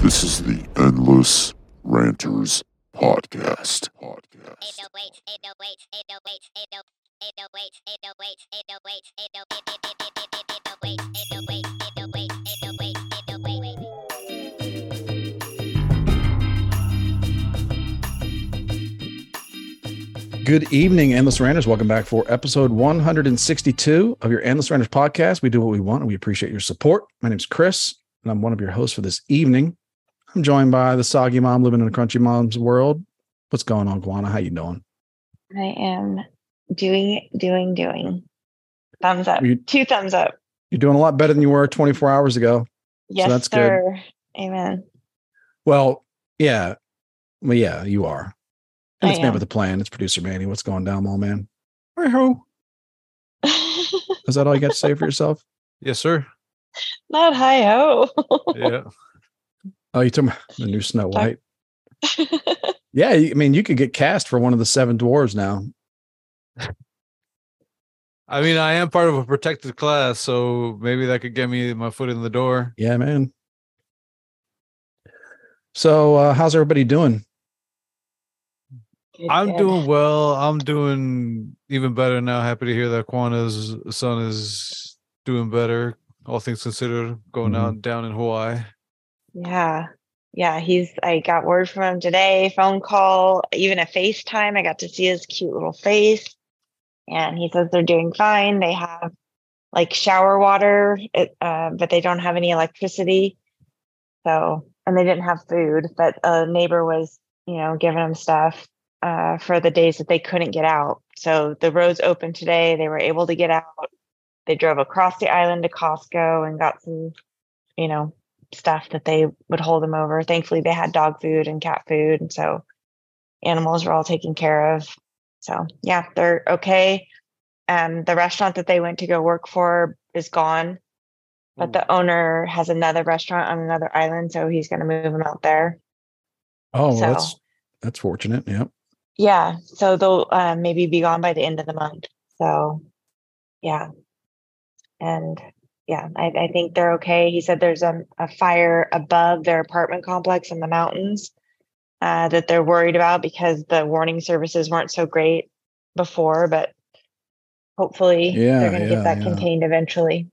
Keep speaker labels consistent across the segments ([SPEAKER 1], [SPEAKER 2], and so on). [SPEAKER 1] This is the Endless Ranters Podcast. Podcast.
[SPEAKER 2] Good evening, Endless Ranters. Welcome back for episode 162 of your Endless Ranters podcast. We do what we want and we appreciate your support. My name's Chris, and I'm one of your hosts for this evening. I'm joined by the soggy mom living in a crunchy mom's world. What's going on, Guana? How you doing?
[SPEAKER 3] I am doing, doing, doing. Thumbs up.
[SPEAKER 2] You-
[SPEAKER 3] Two thumbs up.
[SPEAKER 2] You're doing a lot better than you were 24 hours ago.
[SPEAKER 3] Yes,
[SPEAKER 2] that's good.
[SPEAKER 3] sir. Amen.
[SPEAKER 2] Well, yeah. Well, yeah, you are. And
[SPEAKER 3] I
[SPEAKER 2] it's man
[SPEAKER 3] am.
[SPEAKER 2] with a plan. It's producer Manny. What's going down, my man? Hey ho. Is that all you got to say for yourself?
[SPEAKER 4] Yes, sir.
[SPEAKER 3] Not hi ho.
[SPEAKER 4] Yeah.
[SPEAKER 2] Oh, you talking about the new Snow
[SPEAKER 3] Sorry.
[SPEAKER 2] White? Yeah, you- I mean, you could get cast for one of the seven dwarves now.
[SPEAKER 4] I mean, I am part of a protected class, so maybe that could get me my foot in the door.
[SPEAKER 2] Yeah, man. So, uh, how's everybody doing?
[SPEAKER 4] I'm doing well. I'm doing even better now. Happy to hear that Quana's son is doing better, all things considered, going
[SPEAKER 2] Mhm.
[SPEAKER 4] out down in Hawaii.
[SPEAKER 3] Yeah. Yeah. He's, I got word from him today, phone call, even a FaceTime. I got to see his cute little face. And he says they're doing fine. They have like shower water, it, uh, but they don't have any electricity. So, and they didn't have food, but a neighbor was, you know, giving them stuff uh, for the days that they couldn't get out. So the roads open today. They were able to get out. They drove across the island to Costco and got some, you know, stuff that they would hold them over. Thankfully, they had dog food and cat food, and so animals were all taken care of. So yeah, they're okay. Um, the restaurant that they went to go work for is gone, but the owner has another restaurant on another island, so he's going to move them out there.
[SPEAKER 2] Oh, well,
[SPEAKER 3] So-
[SPEAKER 2] that's that's fortunate. Yeah.
[SPEAKER 3] Yeah, so they'll uh, maybe be gone by the end of the month. So yeah, and yeah, I, I think they're okay. He said there's a, a fire above their apartment complex in the mountains uh, that they're worried about because the warning services weren't so great before, but hopefully
[SPEAKER 2] Yeah,
[SPEAKER 3] they're going to
[SPEAKER 2] yeah,
[SPEAKER 3] get that
[SPEAKER 2] yeah.
[SPEAKER 3] contained eventually.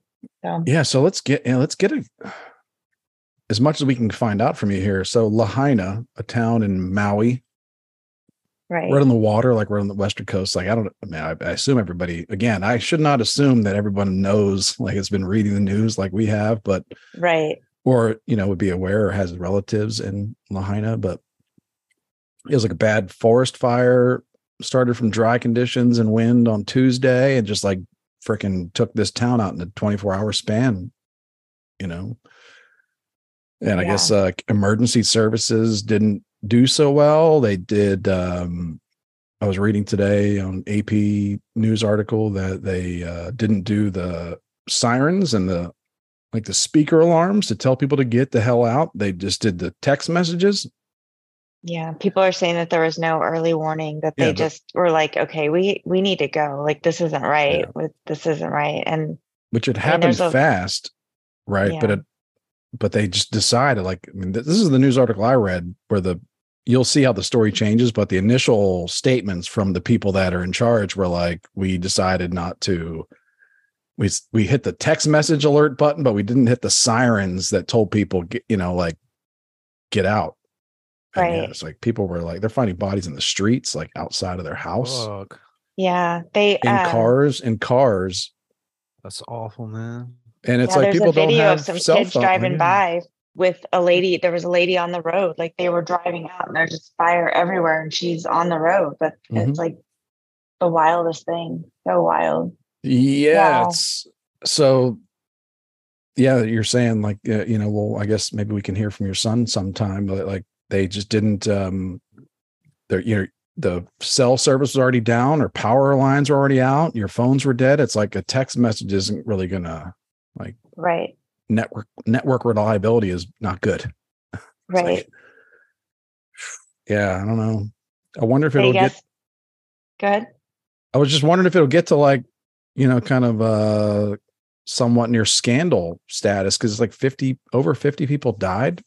[SPEAKER 3] So
[SPEAKER 2] Yeah. So let's get yeah, let's get a, as much as we can find out from you here. So Lahaina, a town in Maui,
[SPEAKER 3] right,
[SPEAKER 2] right on the water, like right on the western coast. Like I don't, I mean, I, I assume everybody. Again, I should not assume that everyone knows, like has been reading the news like we have, but
[SPEAKER 3] right,
[SPEAKER 2] or you know would be aware or has relatives in Lahaina, but it was like a bad forest fire started from dry conditions and wind on Tuesday and just like freaking took this town out in a 24 hour span, you know. And I
[SPEAKER 3] Yeah.
[SPEAKER 2] guess uh, emergency services didn't do so well. They did um I was reading today on AP news article that they uh, didn't do the sirens and the like the speaker alarms to tell people to get the hell out. They just did the text messages.
[SPEAKER 3] yeah. People are saying that there was no early warning that
[SPEAKER 2] Yeah,
[SPEAKER 3] they
[SPEAKER 2] but-
[SPEAKER 3] just were like, okay, we we need to go. Like this isn't right. With this isn't right, and
[SPEAKER 2] which had happened
[SPEAKER 3] there's a-
[SPEAKER 2] fast, right? But
[SPEAKER 3] Yeah.
[SPEAKER 2] it, but they just decided like I mean, th- this is the news article I read where the you'll see how the story
[SPEAKER 3] Mm-hmm.
[SPEAKER 2] changes, but the initial statements from the people that are in charge were like, we decided not to. We s- we hit the text message alert button, but we didn't hit the sirens that told people, get, you know, like get out. And yeah,
[SPEAKER 3] Right.
[SPEAKER 2] it's like people were like they're finding bodies in the streets, like outside of their house,
[SPEAKER 4] Fuck.
[SPEAKER 3] Yeah, they
[SPEAKER 2] in
[SPEAKER 3] um,
[SPEAKER 2] cars, in cars,
[SPEAKER 4] That's awful, man.
[SPEAKER 2] and it's
[SPEAKER 3] yeah,
[SPEAKER 2] like
[SPEAKER 3] there's
[SPEAKER 2] people
[SPEAKER 3] a video
[SPEAKER 2] don't have
[SPEAKER 3] of some
[SPEAKER 2] cell
[SPEAKER 3] kids
[SPEAKER 2] phone-
[SPEAKER 3] driving
[SPEAKER 2] yeah.
[SPEAKER 3] by with a lady. There was a lady on the road, like they were driving out, and there's just fire everywhere, and she's on the road. But
[SPEAKER 2] Mhm.
[SPEAKER 3] it's like the wildest thing. So wild.
[SPEAKER 2] Yeah.
[SPEAKER 3] Wow.
[SPEAKER 2] It's, so, yeah, you're saying like, uh, you know, well, I guess maybe we can hear from your son sometime, but like they just didn't, um, they're, you know, the cell service was already down or power lines were already out. Your phones were dead. It's like a text message isn't really going to
[SPEAKER 3] Right.
[SPEAKER 2] network, network reliability is not good. It's like-
[SPEAKER 3] Right.
[SPEAKER 2] yeah. I don't know. I wonder if
[SPEAKER 3] they
[SPEAKER 2] it'll
[SPEAKER 3] guess.
[SPEAKER 2] get,
[SPEAKER 3] Good.
[SPEAKER 2] I was just wondering if it'll get to like you know, kind of uh somewhat near scandal status because it's like 50 over 50 people died.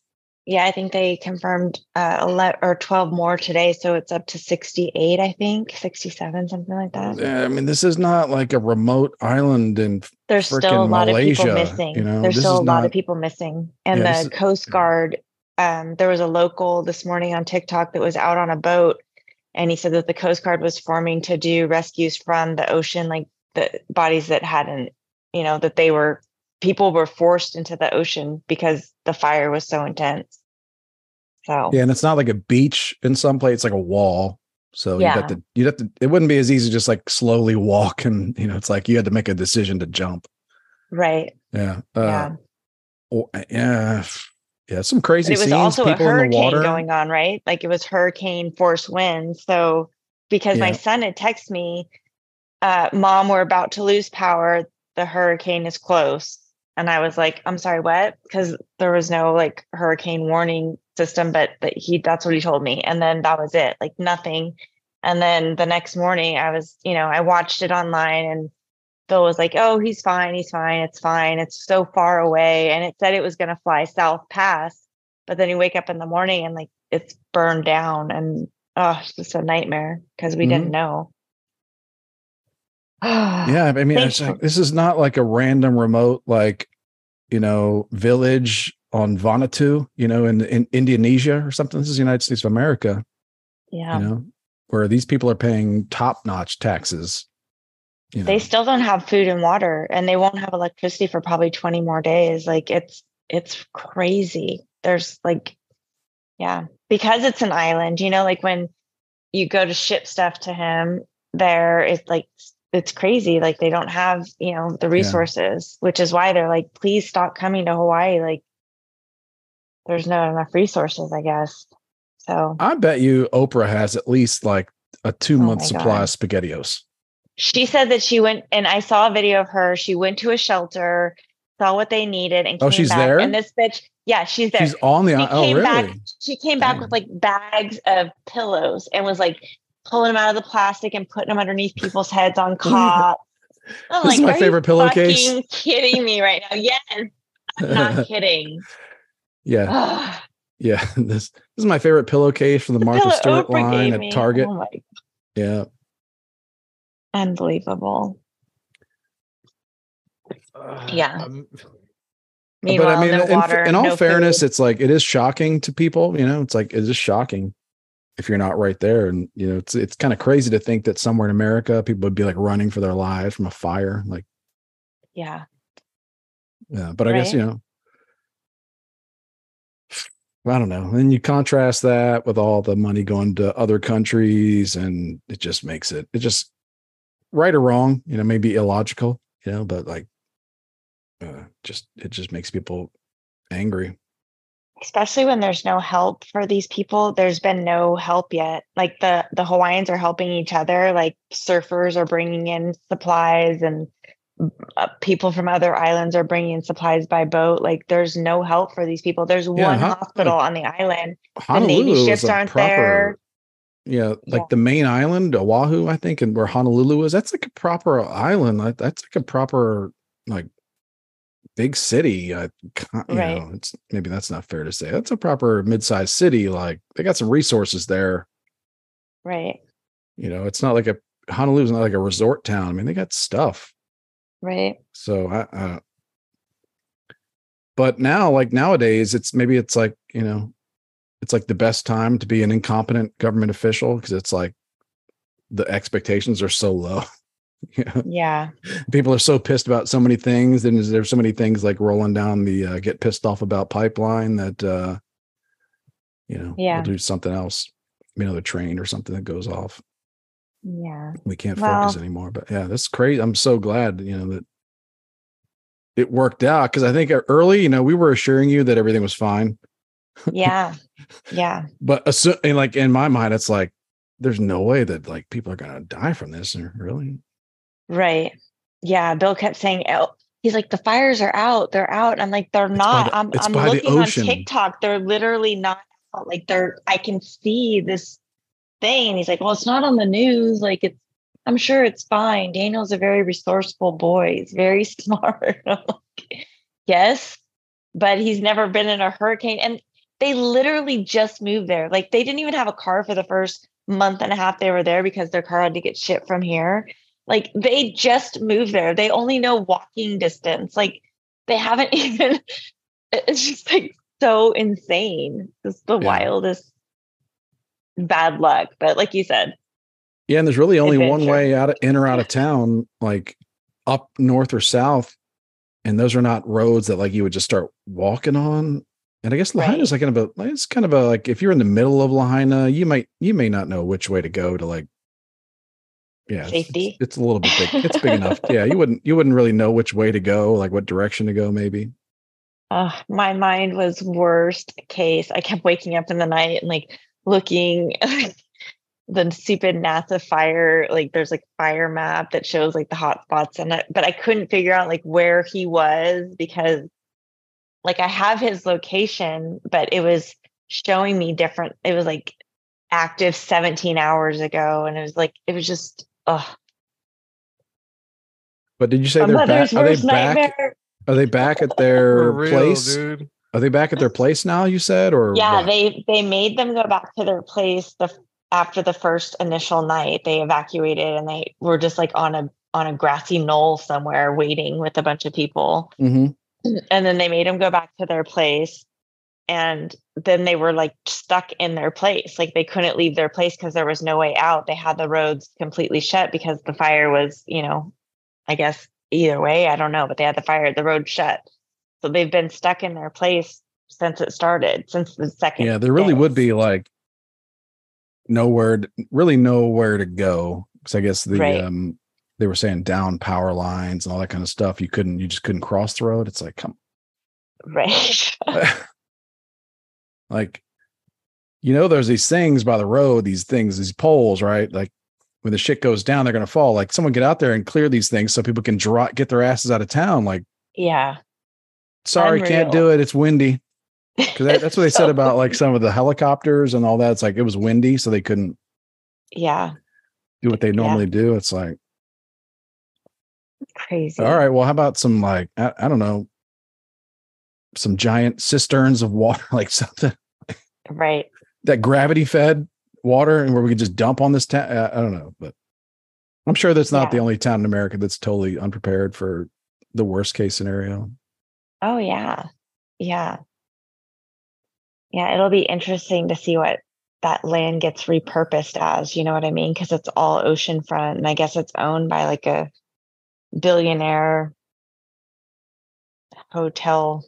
[SPEAKER 3] Yeah, I think they confirmed uh, 11 or 12 more today. So it's up to 68, I think, 67, something like that.
[SPEAKER 2] I mean, this is not like a remote island and
[SPEAKER 3] There's still a
[SPEAKER 2] frickin'
[SPEAKER 3] lot of people
[SPEAKER 2] Malaysia,
[SPEAKER 3] missing.
[SPEAKER 2] you know,
[SPEAKER 3] There's
[SPEAKER 2] this
[SPEAKER 3] still
[SPEAKER 2] is
[SPEAKER 3] a lot
[SPEAKER 2] not-
[SPEAKER 3] of people missing. And
[SPEAKER 2] Yeah,
[SPEAKER 3] the
[SPEAKER 2] this is-
[SPEAKER 3] Coast Guard, um, there was a local this morning on TikTok that was out on a boat. And he said that the Coast Guard was forming to do rescues from the ocean, like the bodies that hadn't, you know, that they were, people were forced into the ocean because the fire was so intense. So,
[SPEAKER 2] yeah, and it's not like a beach in some place, it's like a wall. So
[SPEAKER 3] Yeah.
[SPEAKER 2] you'd have to you'd have to it wouldn't be as easy to just like slowly walk and you know, it's like you had to make a decision to jump.
[SPEAKER 3] right.
[SPEAKER 2] Yeah.
[SPEAKER 3] yeah.
[SPEAKER 2] Uh or- yeah. f- Yeah, some crazy
[SPEAKER 3] But it was
[SPEAKER 2] scenes,
[SPEAKER 3] also a
[SPEAKER 2] people in the
[SPEAKER 3] hurricane
[SPEAKER 2] water.
[SPEAKER 3] going on, right? Like it was hurricane force winds. So because my
[SPEAKER 2] Yeah.
[SPEAKER 3] son had texted me, uh, "Mom, we're about to lose power. The hurricane is close." And I was like, "I'm sorry, what?" Because there was no like hurricane warning system, but that he that's what he told me, and then that was it, like nothing. And then the next morning, I was, you know, I watched it online and Phil was like, "Oh, he's fine. He's fine. It's fine. It's so far away." And it said it was going to fly south past, but then you wake up in the morning and like it's burned down, and oh, it's just a nightmare because we didn't know. yeah,
[SPEAKER 2] Yeah, I mean,
[SPEAKER 3] Thank
[SPEAKER 2] it's
[SPEAKER 3] you.
[SPEAKER 2] like, this is not like a random remote, like you know, village on Vanuatu, you know, in, in Indonesia or something. This is the United States of America,
[SPEAKER 3] yeah.
[SPEAKER 2] you know, where these people are paying top-notch taxes. You know,
[SPEAKER 3] They still don't have food and water, and they won't have electricity for probably twenty more days. Like it's it's crazy. There's like, yeah, because it's an island. You know, like when you go to ship stuff to him, there it's like it's crazy. Like they don't have you know the resources, which is why they're like, please stop coming to Hawaii. Like there's not enough resources, I guess. So
[SPEAKER 2] I bet you Oprah has at least like a two-month
[SPEAKER 3] Oh my
[SPEAKER 2] supply
[SPEAKER 3] God.
[SPEAKER 2] of SpaghettiOs.
[SPEAKER 3] She said that she went, and I saw a video of her. She went to a shelter, saw what they needed, and
[SPEAKER 2] Oh,
[SPEAKER 3] came
[SPEAKER 2] she's
[SPEAKER 3] back.
[SPEAKER 2] there?
[SPEAKER 3] And this bitch, yeah, she's there.
[SPEAKER 2] She's on the
[SPEAKER 3] she
[SPEAKER 2] oh
[SPEAKER 3] came
[SPEAKER 2] really?
[SPEAKER 3] back. She came back with like bags of pillows and was like pulling them out of the plastic and putting them underneath people's heads on cots. I'm
[SPEAKER 2] This is my
[SPEAKER 3] "Are you
[SPEAKER 2] favorite pillowcase."
[SPEAKER 3] fucking Kidding me right now? Yes, I'm not kidding.
[SPEAKER 2] yeah,
[SPEAKER 3] Ugh.
[SPEAKER 2] yeah. This this is my favorite pillowcase from the,
[SPEAKER 3] The
[SPEAKER 2] Martha
[SPEAKER 3] pillow
[SPEAKER 2] Stewart
[SPEAKER 3] Oprah
[SPEAKER 2] line
[SPEAKER 3] gave
[SPEAKER 2] at
[SPEAKER 3] me.
[SPEAKER 2] Target.
[SPEAKER 3] Oh my-
[SPEAKER 2] Yeah.
[SPEAKER 3] unbelievable. Yeah.
[SPEAKER 4] Um,
[SPEAKER 3] Meanwhile, no
[SPEAKER 2] in,
[SPEAKER 3] water,
[SPEAKER 2] in all
[SPEAKER 3] no
[SPEAKER 2] fairness,
[SPEAKER 3] food.
[SPEAKER 2] it's like it is shocking to people. You know, it's like it is shocking if you're not right there, and you know, it's it's kind of crazy to think that somewhere in America people would be like running for their lives from a fire. Like,
[SPEAKER 3] yeah.
[SPEAKER 2] yeah, but I guess
[SPEAKER 3] Right.
[SPEAKER 2] you know, I don't know. And you contrast that with all the money going to other countries, and it just makes it it just right or wrong. You know, maybe illogical. You know, but like, uh, just it just makes people angry.
[SPEAKER 3] especially when there's no help for these people there's been no help yet like the the hawaiians are helping each other like surfers are bringing in supplies and uh, people from other islands are bringing in supplies by boat like there's no help for these people there's
[SPEAKER 2] Yeah,
[SPEAKER 3] one
[SPEAKER 2] how-
[SPEAKER 3] hospital on the island
[SPEAKER 2] Honolulu
[SPEAKER 3] Navy
[SPEAKER 2] is
[SPEAKER 3] ships
[SPEAKER 2] a
[SPEAKER 3] aren't
[SPEAKER 2] proper,
[SPEAKER 3] there.
[SPEAKER 2] Yeah, like
[SPEAKER 3] Yeah.
[SPEAKER 2] the main island, Oahu, I think, and where Honolulu is. That's like a proper island. Like, that's like a proper like big city. I, you
[SPEAKER 3] Right.
[SPEAKER 2] know, it's maybe that's not fair to say. That's a proper mid-sized city. Like they got some resources there.
[SPEAKER 3] right
[SPEAKER 2] You know, it's not like a Honolulu's not like a resort town. I mean, they got stuff.
[SPEAKER 3] right
[SPEAKER 2] So I, uh, but now, like nowadays, it's maybe it's like you know, it's like the best time to be an incompetent government official because it's like the expectations are so low. you know,
[SPEAKER 3] yeah
[SPEAKER 2] people are so pissed about so many things, and there's so many things like rolling down the uh, get pissed off about pipeline that uh, you know,
[SPEAKER 3] Yeah.
[SPEAKER 2] we'll do something else, you know, the train or something that goes off.
[SPEAKER 3] yeah
[SPEAKER 2] We can't
[SPEAKER 3] Well-
[SPEAKER 2] focus anymore. But yeah, that's crazy. I'm so glad, you know, that it worked out because I think e, early, you know, we were assuring you that everything was fine.
[SPEAKER 3] yeah yeah
[SPEAKER 2] But assu- and like in my mind, it's like there's no way that like people are gonna die from this. And Really?
[SPEAKER 3] right yeah bill kept saying oh, he's like the fires are out they're out and i'm like they're
[SPEAKER 2] by
[SPEAKER 3] not
[SPEAKER 2] the-
[SPEAKER 3] i'm,
[SPEAKER 2] it's
[SPEAKER 3] I'm
[SPEAKER 2] by the
[SPEAKER 3] looking
[SPEAKER 2] ocean.
[SPEAKER 3] on tiktok they're literally not out. like they're i can see this thing and he's like well it's not on the news like it's I'm sure it's fine. Daniel's a very resourceful boy. He's very smart. I'm like, yes, but he's never been in a hurricane. And they literally just moved there. Like they didn't even have a car for the first month and a half they were there because their car had to get shipped from here. Like they just moved there. They only know walking distance. Like they haven't even, it's just like so insane. Just the
[SPEAKER 2] Yeah.
[SPEAKER 3] wildest bad luck. But like you said,
[SPEAKER 2] Yeah, and there's really only one
[SPEAKER 3] Adventure.
[SPEAKER 2] way out of in or out of town, like up north or south, and those are not roads that like you would just start walking on. And I guess Lahaina is like kind of a it's kind of a like if you're in the middle of Lahaina, you might you may not know which way to go to like yeah it's- it's-
[SPEAKER 3] Safety.
[SPEAKER 2] It's, a little bit big. It's big enough. Yeah, you wouldn't you wouldn't really know which way to go, like what direction to go, maybe.
[SPEAKER 3] Oh, my mind was worst case. I kept waking up in the night and like looking the stupid NASA fire, like there's like fire map that shows like the hot spots and it, but I couldn't figure out like where he was because like I have his location, but it was showing me different. It was like active 17 hours ago and it was like it was just oh
[SPEAKER 2] But did you say
[SPEAKER 3] my
[SPEAKER 2] they're
[SPEAKER 3] mother's
[SPEAKER 2] back? Are they
[SPEAKER 3] worst
[SPEAKER 2] back?
[SPEAKER 3] nightmare.
[SPEAKER 2] Are they back at
[SPEAKER 4] For
[SPEAKER 2] their
[SPEAKER 4] real,
[SPEAKER 2] place?
[SPEAKER 4] dude.
[SPEAKER 2] Are they back at their place now? You said, or
[SPEAKER 3] yeah
[SPEAKER 2] what?
[SPEAKER 3] they they made them go back to their place the after the first initial night they evacuated and they were just like on a on a grassy knoll somewhere waiting with a bunch of people
[SPEAKER 2] Mhm.
[SPEAKER 3] and then they made them go back to their place and then they were like stuck in their place like they couldn't leave their place because there was no way out they had the roads completely shut because the fire was you know i guess either way i don't know but they had the fire the road shut so they've been stuck in their place since it started since the second
[SPEAKER 2] Yeah, there really
[SPEAKER 3] day.
[SPEAKER 2] would be like nowhere, t- really nowhere to go. Because I guess the
[SPEAKER 3] Right.
[SPEAKER 2] um they were saying down power lines and all that kind of stuff. You couldn't, you just couldn't cross the road. It's like come,
[SPEAKER 3] right
[SPEAKER 2] like you know, there's these things by the road, these things, these poles, right? Like when the shit goes down, they're gonna fall. Like someone get out there and clear these things so people can dri get their asses out of town. Like
[SPEAKER 3] yeah
[SPEAKER 2] sorry, can't do it. It's windy. Because that, that's what they said
[SPEAKER 3] So-
[SPEAKER 2] about like some of the helicopters and all that. It's like it was windy, so they couldn't
[SPEAKER 3] yeah
[SPEAKER 2] do what they
[SPEAKER 3] Yeah.
[SPEAKER 2] normally do. It's like,
[SPEAKER 3] crazy
[SPEAKER 2] all right, well, how about some like I, I don't know, some giant cisterns of water, like something
[SPEAKER 3] right
[SPEAKER 2] that gravity fed water, and where we could just dump on this town. I don't know, but I'm sure that's not the
[SPEAKER 3] Yeah.
[SPEAKER 2] only town in America that's totally unprepared for the worst case scenario.
[SPEAKER 3] Oh yeah. Yeah. Yeah, it'll be interesting to see what that land gets repurposed as, you know what I mean? Because it's all oceanfront and I guess it's owned by like a billionaire hotel.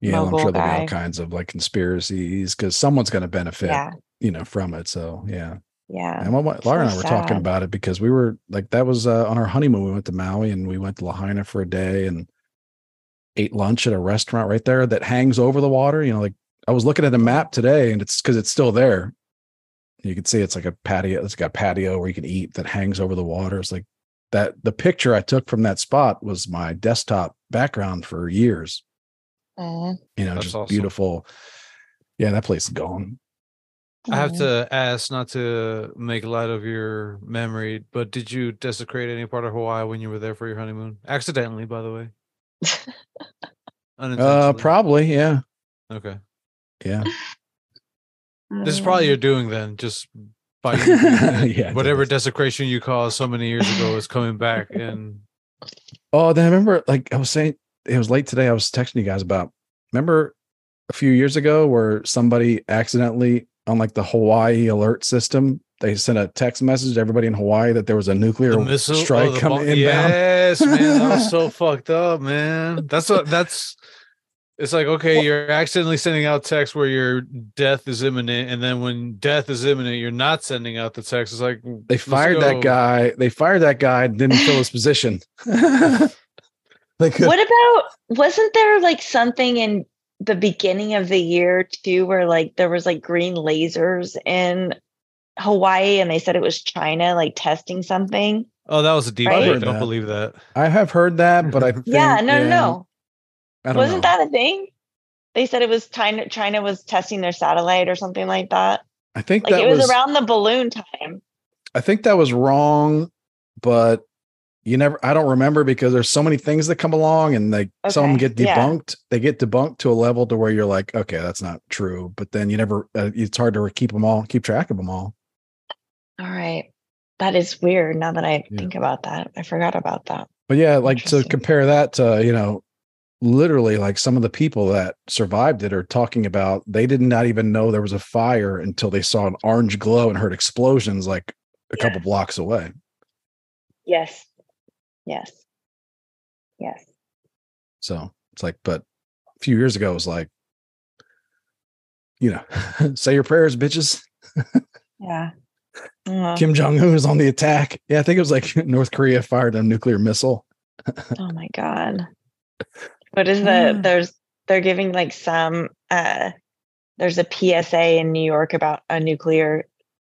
[SPEAKER 2] Yeah, I'm
[SPEAKER 3] Mogul
[SPEAKER 2] sure there'll be
[SPEAKER 3] guy.
[SPEAKER 2] all kinds of like conspiracies because someone's going to benefit,
[SPEAKER 3] Yeah.
[SPEAKER 2] you know, from it. So yeah.
[SPEAKER 3] Yeah.
[SPEAKER 2] And my, wa- Laura and I
[SPEAKER 3] so
[SPEAKER 2] were talking
[SPEAKER 3] sad.
[SPEAKER 2] about it because we were like, that was uh, on our honeymoon. We went to Maui and we went to Lahaina for a day and ate lunch at a restaurant right there that hangs over the water. You know, like I was looking at a map today and it's because it's still there. You can see it's like a patio. It's got a patio where you can eat that hangs over the water. It's like that. The picture I took from that spot was my desktop background for years.
[SPEAKER 3] Mhm.
[SPEAKER 2] You know,
[SPEAKER 4] That's
[SPEAKER 2] just
[SPEAKER 4] awesome.
[SPEAKER 2] beautiful. Yeah, that place is gone.
[SPEAKER 4] I have
[SPEAKER 3] Mhm.
[SPEAKER 4] to ask, not to make light of your memory, but did you desecrate any part of Hawaii when you were there for your honeymoon? Accidentally, by the way.
[SPEAKER 2] Uh,
[SPEAKER 4] Unintentionally.
[SPEAKER 2] probably. Yeah.
[SPEAKER 4] Okay.
[SPEAKER 2] Yeah.
[SPEAKER 4] This is probably
[SPEAKER 3] Mm.
[SPEAKER 4] your doing then, just by you doing that.
[SPEAKER 2] Yeah, it
[SPEAKER 4] whatever
[SPEAKER 2] does.
[SPEAKER 4] desecration you caused so many years ago is coming back. And
[SPEAKER 2] Oh, then I remember like I was saying it was late today. I was texting you guys about remember a few years ago where somebody accidentally on like the Hawaii alert system, they sent a text message to everybody in Hawaii that there was a nuclear
[SPEAKER 4] the missile oh,
[SPEAKER 2] strike
[SPEAKER 4] the
[SPEAKER 2] coming
[SPEAKER 4] bomb-
[SPEAKER 2] inbound.
[SPEAKER 4] Yes, man, that was so fucked up, man. That's what that's. It's like okay, you're accidentally sending out text where your death is imminent, and then when death is imminent, you're not sending out the text. It's like
[SPEAKER 2] They
[SPEAKER 4] let's
[SPEAKER 2] fired that
[SPEAKER 4] go.
[SPEAKER 2] guy. They fired that guy, didn't fill his position. they could
[SPEAKER 3] What about wasn't there like something in the beginning of the year too where like there was like green lasers in Hawaii and they said it was China like testing something?
[SPEAKER 4] Oh, that was a deep.
[SPEAKER 3] Right?
[SPEAKER 4] fake.
[SPEAKER 2] Covered
[SPEAKER 4] Don't
[SPEAKER 2] that.
[SPEAKER 4] believe that.
[SPEAKER 2] I have heard that, but I think
[SPEAKER 3] yeah, no, no, no.
[SPEAKER 2] I don't
[SPEAKER 3] Wasn't
[SPEAKER 2] know.
[SPEAKER 3] that a thing? They said it was China China was testing their satellite or something like that.
[SPEAKER 2] I think
[SPEAKER 3] Like
[SPEAKER 2] that
[SPEAKER 3] it was,
[SPEAKER 2] was
[SPEAKER 3] around the balloon time.
[SPEAKER 2] I think that was wrong but you never I don't remember because there's so many things that come along and like some of them
[SPEAKER 3] Okay,
[SPEAKER 2] get
[SPEAKER 3] yeah.
[SPEAKER 2] debunked. They get debunked to a level to where you're like, okay, that's not true. But then you never uh, it's hard to keep them all, keep track of them all.
[SPEAKER 3] All right. That is weird now that I
[SPEAKER 2] Yeah.
[SPEAKER 3] think about that. I forgot about that.
[SPEAKER 2] But yeah, like to
[SPEAKER 3] Interesting.
[SPEAKER 2] compare that to, you know, literally like some of the people that survived it are talking about they did not even know there was a fire until they saw an orange glow and heard explosions like a
[SPEAKER 3] Yeah.
[SPEAKER 2] couple blocks away.
[SPEAKER 3] Yes. Yes. Yes.
[SPEAKER 2] So it's like, but a few years ago it was like, you know, say your prayers, bitches.
[SPEAKER 3] Yeah. Oh,
[SPEAKER 2] Kim Jong Un is on the attack. Yeah, I think it was like North Korea fired a nuclear missile.
[SPEAKER 3] oh my god. What is the
[SPEAKER 2] Ah.
[SPEAKER 3] there's they're giving like some uh there's a PSA in New York about a nuclear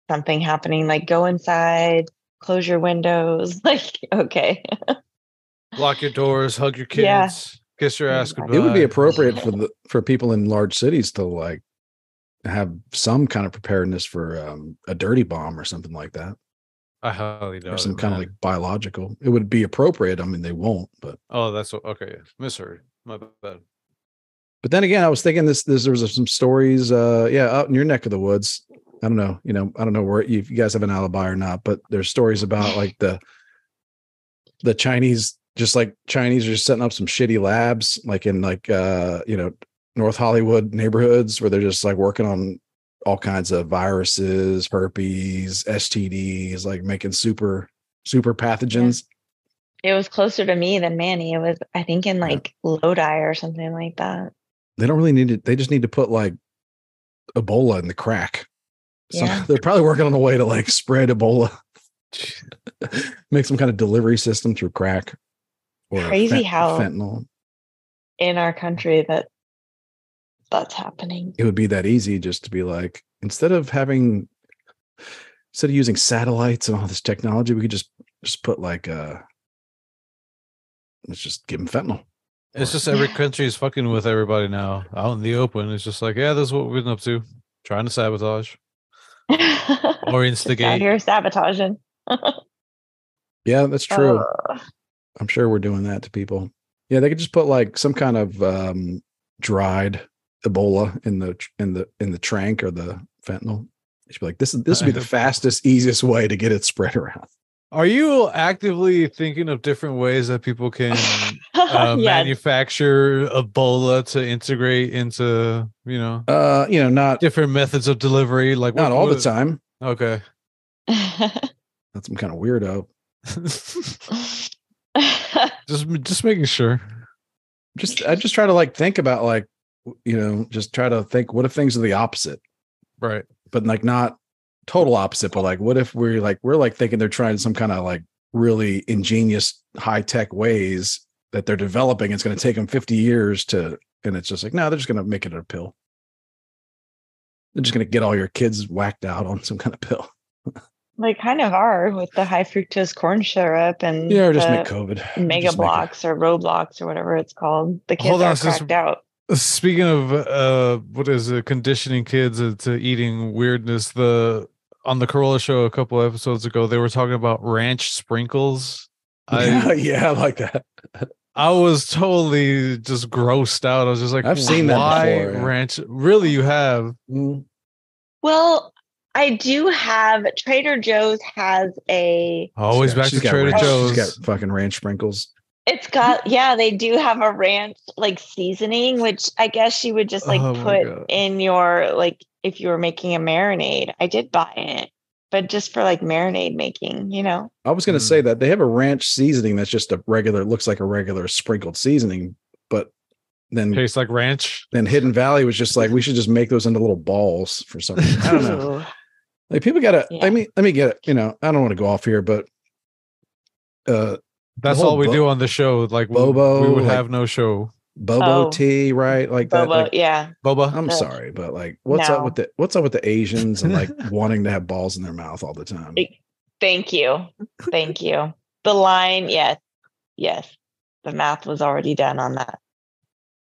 [SPEAKER 3] something happening like go inside, close your windows. Like okay.
[SPEAKER 4] Lock your doors, hug your kids,
[SPEAKER 3] Yeah. Mm-hmm.
[SPEAKER 4] kiss your ass goodbye.
[SPEAKER 2] It would be appropriate for the for people in large cities to like have some kind of preparedness for um, a dirty bomb or something like that,
[SPEAKER 4] I highly doubt
[SPEAKER 2] or
[SPEAKER 4] it,
[SPEAKER 2] some kind of
[SPEAKER 4] Oh, man.
[SPEAKER 2] like biological. It would be appropriate. I mean, they won't, but
[SPEAKER 4] Oh, that's what, okay. Misheard. My bad.
[SPEAKER 2] But then again, I was thinking this. this there was some stories. Uh, yeah, out in your neck of the woods. I don't know. You know, I don't know where you, if you guys have an alibi or not. But there's stories about like the the Chinese, just like Chinese, are just setting up some shitty labs, like in like uh, you know North Hollywood neighborhoods where they're just like working on all kinds of viruses, herpes, STDs, like making super super pathogens.
[SPEAKER 3] It was closer to me than Manny. It was I think in
[SPEAKER 2] Yeah.
[SPEAKER 3] like Lodi or something like that.
[SPEAKER 2] They don't really need it. They just need to put like Ebola in the crack. So
[SPEAKER 3] Yeah.
[SPEAKER 2] they're probably working on a way to like spread Ebola, make some kind of delivery system through crack or
[SPEAKER 3] Crazy how-
[SPEAKER 2] fentanyl.
[SPEAKER 3] in our country that that's happening.
[SPEAKER 2] It would be that easy just to be like, instead of having, instead of using satellites and all this technology, we could just just put like, uh, let's just give them fentanyl.
[SPEAKER 4] It's just
[SPEAKER 3] Yeah.
[SPEAKER 4] every country is fucking with everybody now out in the open. It's just like, yeah, that's what we've been up to, trying to sabotage or
[SPEAKER 3] Just out
[SPEAKER 4] instigate.
[SPEAKER 3] here sabotaging.
[SPEAKER 2] Yeah, that's true.
[SPEAKER 3] Ugh.
[SPEAKER 2] I'm sure we're doing that to people. Yeah, they could just put like some kind of um, dried Ebola in the in the in the trank or the fentanyl. They should be like, this is this would be the fastest, easiest way to get it spread around.
[SPEAKER 4] Are you actively thinking of different ways that people can uh,
[SPEAKER 3] yeah,
[SPEAKER 4] manufacture Ebola to integrate into, you know,
[SPEAKER 2] Uh, you know, not
[SPEAKER 4] different methods of delivery? Like
[SPEAKER 2] not
[SPEAKER 4] what-
[SPEAKER 2] all the
[SPEAKER 4] what-
[SPEAKER 2] time.
[SPEAKER 4] Okay.
[SPEAKER 2] That's some kind of weirdo.
[SPEAKER 4] just just making sure.
[SPEAKER 2] Just I just try to like think about like w- you know, just try to think what if things are the opposite,
[SPEAKER 4] Right.
[SPEAKER 2] but like not total opposite, but like what if we're like we're like thinking they're trying some kind of like really ingenious high tech ways that they're developing. It's going to take them 50 years to, and it's just like, no, they're just going to make it a pill. They're just going to get all your kids whacked out on some kind of pill.
[SPEAKER 3] they kind of are with the high fructose corn syrup and
[SPEAKER 2] Yeah, or just
[SPEAKER 3] the
[SPEAKER 2] make COVID.
[SPEAKER 3] mega
[SPEAKER 2] Just make it-
[SPEAKER 3] blocks or roadblocks or whatever it's called. The kids
[SPEAKER 4] Hold on,
[SPEAKER 3] are
[SPEAKER 4] sis.
[SPEAKER 3] cracked out.
[SPEAKER 4] Speaking of uh, what is it, conditioning kids into eating weirdness, the on the Corolla show a couple episodes ago, they were talking about ranch sprinkles.
[SPEAKER 2] yeah,
[SPEAKER 4] I
[SPEAKER 2] yeah, I like that.
[SPEAKER 4] I was totally just grossed out. I was just like,
[SPEAKER 2] I've seen that
[SPEAKER 4] why
[SPEAKER 2] before, yeah.
[SPEAKER 4] ranch? Really, you have?
[SPEAKER 2] Mm.
[SPEAKER 3] Well, I do have Trader Joe's has a
[SPEAKER 4] Always
[SPEAKER 2] She's got-
[SPEAKER 4] back to
[SPEAKER 2] she's got
[SPEAKER 4] Trader
[SPEAKER 2] ranch-
[SPEAKER 4] Joe's.
[SPEAKER 2] She's got fucking ranch sprinkles.
[SPEAKER 3] it's got yeah, they do have a ranch like seasoning, which I guess you would just like
[SPEAKER 4] Oh my God.
[SPEAKER 3] put in your like if you were making a marinade. I did buy it, but just for like marinade making, you know.
[SPEAKER 2] I was going to
[SPEAKER 4] Mm.
[SPEAKER 2] say that they have a ranch seasoning that's just a regular, looks like a regular sprinkled seasoning, but then
[SPEAKER 4] Tastes like ranch.
[SPEAKER 2] then Hidden Valley was just like we should just make those into little balls for something. I don't know.
[SPEAKER 3] Ooh.
[SPEAKER 2] Like people gotta.
[SPEAKER 3] Yeah.
[SPEAKER 2] I mean, let me get it. You know, I don't want to go off here, but uh,
[SPEAKER 4] That's
[SPEAKER 2] whole
[SPEAKER 4] all we
[SPEAKER 2] bo-
[SPEAKER 4] do on the show. Like we-
[SPEAKER 2] Bobo,
[SPEAKER 4] we would
[SPEAKER 2] like-
[SPEAKER 4] have no show.
[SPEAKER 2] Bobo
[SPEAKER 3] Oh.
[SPEAKER 2] tea, right? Like that.
[SPEAKER 3] Boba,
[SPEAKER 2] like-
[SPEAKER 3] yeah.
[SPEAKER 4] Boba.
[SPEAKER 2] I'm
[SPEAKER 3] Ugh.
[SPEAKER 2] sorry, but like, what's up
[SPEAKER 3] No.
[SPEAKER 2] with the what's up with the Asians and like wanting to have balls in their mouth all the time?
[SPEAKER 3] It- Thank you. Thank you. The line, yes. Yes. The math was already done on that.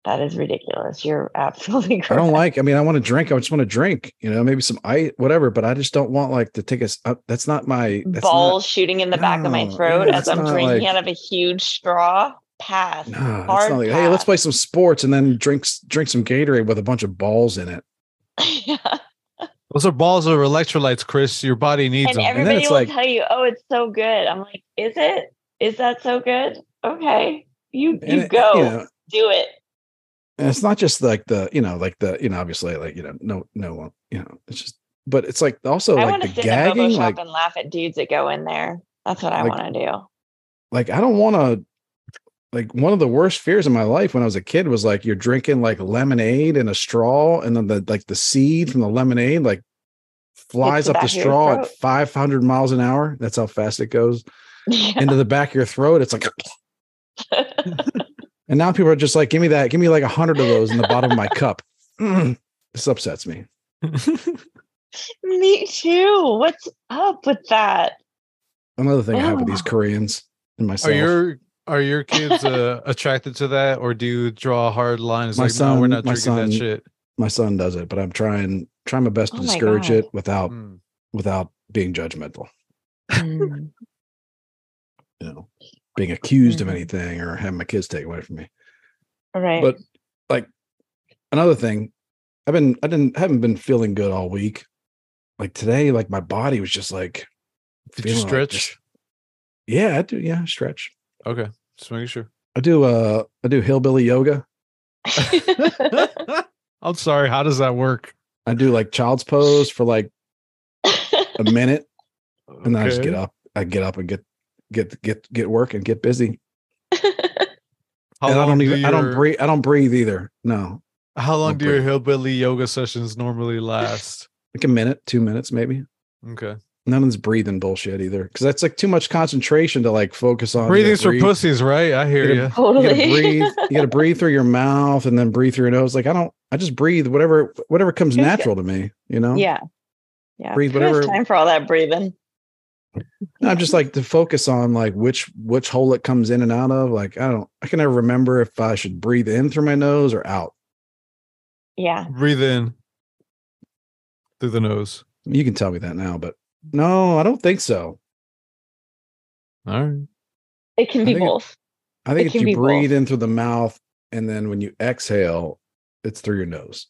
[SPEAKER 3] That is ridiculous. You're absolutely correct.
[SPEAKER 2] I don't like. I mean, I want to drink. I just want to drink. You know, maybe some ice, whatever. But I just don't want like to take us. Up. That's not my that's
[SPEAKER 3] balls shooting in the back of my
[SPEAKER 2] No,
[SPEAKER 3] throat
[SPEAKER 2] yeah,
[SPEAKER 3] as
[SPEAKER 2] it's
[SPEAKER 3] I'm
[SPEAKER 2] not
[SPEAKER 3] drinking
[SPEAKER 2] like-
[SPEAKER 3] out of a huge straw. Pass.
[SPEAKER 2] Not, no, it's
[SPEAKER 3] Hard
[SPEAKER 2] not like, hey, let's play some sports and then drink s- drink some Gatorade with a bunch of balls in it.
[SPEAKER 3] yeah.
[SPEAKER 4] Those are balls or electrolytes, Chris. Your body needs
[SPEAKER 3] And
[SPEAKER 4] them.
[SPEAKER 2] then
[SPEAKER 3] everybody
[SPEAKER 2] it's
[SPEAKER 3] will
[SPEAKER 2] like-
[SPEAKER 3] tell you, "Oh, it's so good." I'm like, "Is it? Is that so good? Okay, you
[SPEAKER 2] And
[SPEAKER 3] you
[SPEAKER 2] it-
[SPEAKER 3] go
[SPEAKER 2] you know,
[SPEAKER 3] do it."
[SPEAKER 2] and it's not just like the you know like the you know obviously like you know no no one you know it's just but it's like also
[SPEAKER 3] I
[SPEAKER 2] like
[SPEAKER 3] want
[SPEAKER 2] the
[SPEAKER 3] to sit in a bobo
[SPEAKER 2] gagging
[SPEAKER 3] shop
[SPEAKER 2] like
[SPEAKER 3] and laugh at dudes that go in there. That's what I
[SPEAKER 2] Like-
[SPEAKER 3] want to do.
[SPEAKER 2] like I don't want to like one of the worst fears in my life when I was a kid was like you're drinking like lemonade in a straw and then the like the seed from the lemonade like flies
[SPEAKER 3] the
[SPEAKER 2] up the
[SPEAKER 3] back of your
[SPEAKER 2] straw at
[SPEAKER 3] throat.
[SPEAKER 2] 500 miles an hour that's how fast it goes
[SPEAKER 3] Yeah.
[SPEAKER 2] into the back of your throat it's like and now people are just like give me that give me like 100 of those in the bottom of my cup Mm, this upsets me
[SPEAKER 3] Me too. What's up with that?
[SPEAKER 2] another thing I have with these
[SPEAKER 3] Oh.
[SPEAKER 2] Koreans and
[SPEAKER 4] are
[SPEAKER 2] myself
[SPEAKER 4] your are your kids uh, attracted to that, or do you draw a hard line? It's
[SPEAKER 2] My
[SPEAKER 4] like, no, we're
[SPEAKER 2] son-
[SPEAKER 4] not
[SPEAKER 2] my
[SPEAKER 4] drinking
[SPEAKER 2] son-
[SPEAKER 4] that shit.
[SPEAKER 2] my son does it but I'm trying trying my best to
[SPEAKER 3] Oh my
[SPEAKER 2] discourage
[SPEAKER 3] God.
[SPEAKER 2] it without
[SPEAKER 4] Mm.
[SPEAKER 2] without being judgmental
[SPEAKER 3] Mm.
[SPEAKER 2] you know being accused
[SPEAKER 3] Mhm.
[SPEAKER 2] of anything or having my kids take away from me
[SPEAKER 3] right.
[SPEAKER 2] but like another thing i've been i didn't haven't been feeling good all week like today like my body was just like
[SPEAKER 4] Did you
[SPEAKER 2] feeling like
[SPEAKER 4] stretch?
[SPEAKER 2] just- yeah i do yeah stretch
[SPEAKER 4] okay, just making sure.
[SPEAKER 2] i do uh i do hillbilly yoga
[SPEAKER 4] I'm sorry. How does that work?
[SPEAKER 2] i do like child's pose for like a minute and then i just
[SPEAKER 4] Okay.
[SPEAKER 2] get up i get up and get get get get work and get busy
[SPEAKER 4] How
[SPEAKER 2] and i
[SPEAKER 4] long
[SPEAKER 2] don't
[SPEAKER 4] do
[SPEAKER 2] even i don't
[SPEAKER 4] your-
[SPEAKER 2] breathe i don't breathe either no
[SPEAKER 4] How long
[SPEAKER 2] don't
[SPEAKER 4] do your
[SPEAKER 2] breathe.
[SPEAKER 4] hillbilly yoga sessions normally last?
[SPEAKER 2] like a minute two minutes maybe
[SPEAKER 4] Okay.
[SPEAKER 2] None of this breathing bullshit either, because that's like too much concentration to like focus on. You gotta
[SPEAKER 4] Breathing's for
[SPEAKER 2] breathe-
[SPEAKER 4] pussies, right? I hear
[SPEAKER 2] Get a-
[SPEAKER 4] you.
[SPEAKER 2] You gotta
[SPEAKER 3] totally.
[SPEAKER 2] breathe. You gotta breathe through your mouth and then breathe through your nose. Like I don't. I just breathe whatever whatever comes
[SPEAKER 3] Just-
[SPEAKER 2] natural to me. You know.
[SPEAKER 3] yeah. Yeah.
[SPEAKER 2] Breathe
[SPEAKER 3] Who has
[SPEAKER 2] whatever-
[SPEAKER 3] time for all that breathing.
[SPEAKER 2] No, I'm just like to focus on like which which hole it comes in and out of. Like I don't. I can never remember if I should breathe in through my nose or out.
[SPEAKER 3] Yeah.
[SPEAKER 4] Breathe in through the nose.
[SPEAKER 2] You can tell me that now, but no, I don't think so.
[SPEAKER 4] All right.
[SPEAKER 3] It can
[SPEAKER 2] I
[SPEAKER 3] be
[SPEAKER 2] think it-
[SPEAKER 3] both.
[SPEAKER 2] I
[SPEAKER 3] It
[SPEAKER 2] think if
[SPEAKER 3] can be
[SPEAKER 2] you
[SPEAKER 3] both.
[SPEAKER 2] breathe in through the mouth and then when you exhale, it's through your nose.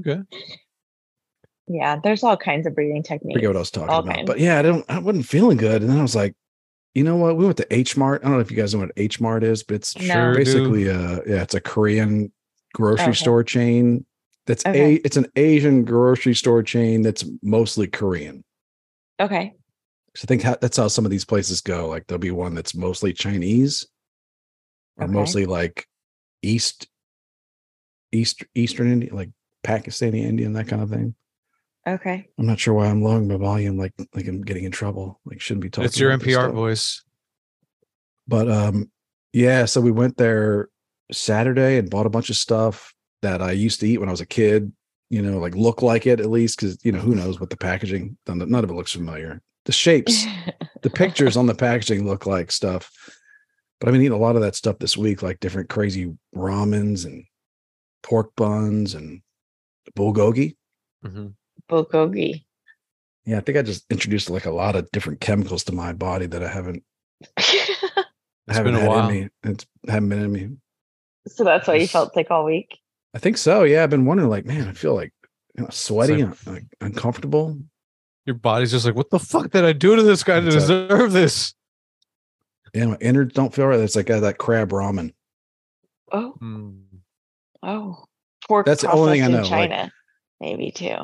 [SPEAKER 4] Okay.
[SPEAKER 3] yeah. There's all kinds of breathing techniques.
[SPEAKER 2] forget what I was talking
[SPEAKER 3] All
[SPEAKER 2] about.
[SPEAKER 3] kinds.
[SPEAKER 2] But yeah, I don't I wasn't feeling good. And then I was like, you know what? We went to H Mart. I don't know if you guys know what H Mart is, but it's
[SPEAKER 3] No.
[SPEAKER 4] Sure. Basically,
[SPEAKER 2] basically uh yeah, it's a Korean grocery
[SPEAKER 3] Okay.
[SPEAKER 2] store chain. That's
[SPEAKER 3] Okay.
[SPEAKER 2] a it's an Asian grocery store chain that's mostly Korean.
[SPEAKER 3] Okay.
[SPEAKER 2] So I think how, that's how some of these places go. Like there'll be one that's mostly Chinese or
[SPEAKER 3] Okay.
[SPEAKER 2] mostly like East East Eastern Indian, like Pakistani Indian, that kind of thing.
[SPEAKER 3] Okay.
[SPEAKER 2] I'm not sure why I'm lowering my volume. Like, like I'm getting in trouble. Like, shouldn't be talking.
[SPEAKER 4] It's your
[SPEAKER 2] about this
[SPEAKER 4] NPR
[SPEAKER 2] stuff.
[SPEAKER 4] voice.
[SPEAKER 2] But um, yeah. So we went there Saturday and bought a bunch of stuff that I used to eat when I was a kid. You know, like look like it at least, because you know who knows what the packaging. None none of it looks familiar. The shapes, the pictures on the packaging look like stuff. But I've been eating a lot of that stuff this week, like different crazy ramens and pork buns and bulgogi. Mm-hmm.
[SPEAKER 4] Mhm.
[SPEAKER 3] Bulgogi.
[SPEAKER 2] Yeah, I think I just introduced like a lot of different chemicals to my body that I haven't I
[SPEAKER 4] It's
[SPEAKER 2] haven't
[SPEAKER 4] been a
[SPEAKER 2] had in
[SPEAKER 4] while.
[SPEAKER 2] me. It's haven't been in me.
[SPEAKER 3] so that's why you
[SPEAKER 4] Yes.
[SPEAKER 3] felt sick all week.
[SPEAKER 2] I think so. Yeah, I've been wondering. Like, man, I feel like you know, sweaty,
[SPEAKER 4] like-
[SPEAKER 2] un- like uncomfortable.
[SPEAKER 4] Your body's just like, what the fuck did I do to this guy to
[SPEAKER 2] It's a-
[SPEAKER 4] deserve this?
[SPEAKER 2] Yeah, my innards don't feel right. It's like uh, that crab ramen.
[SPEAKER 3] Oh,
[SPEAKER 4] Hmm.
[SPEAKER 3] oh. Pork
[SPEAKER 2] That's the only thing I
[SPEAKER 3] processed in
[SPEAKER 2] know, like-
[SPEAKER 3] China, maybe too.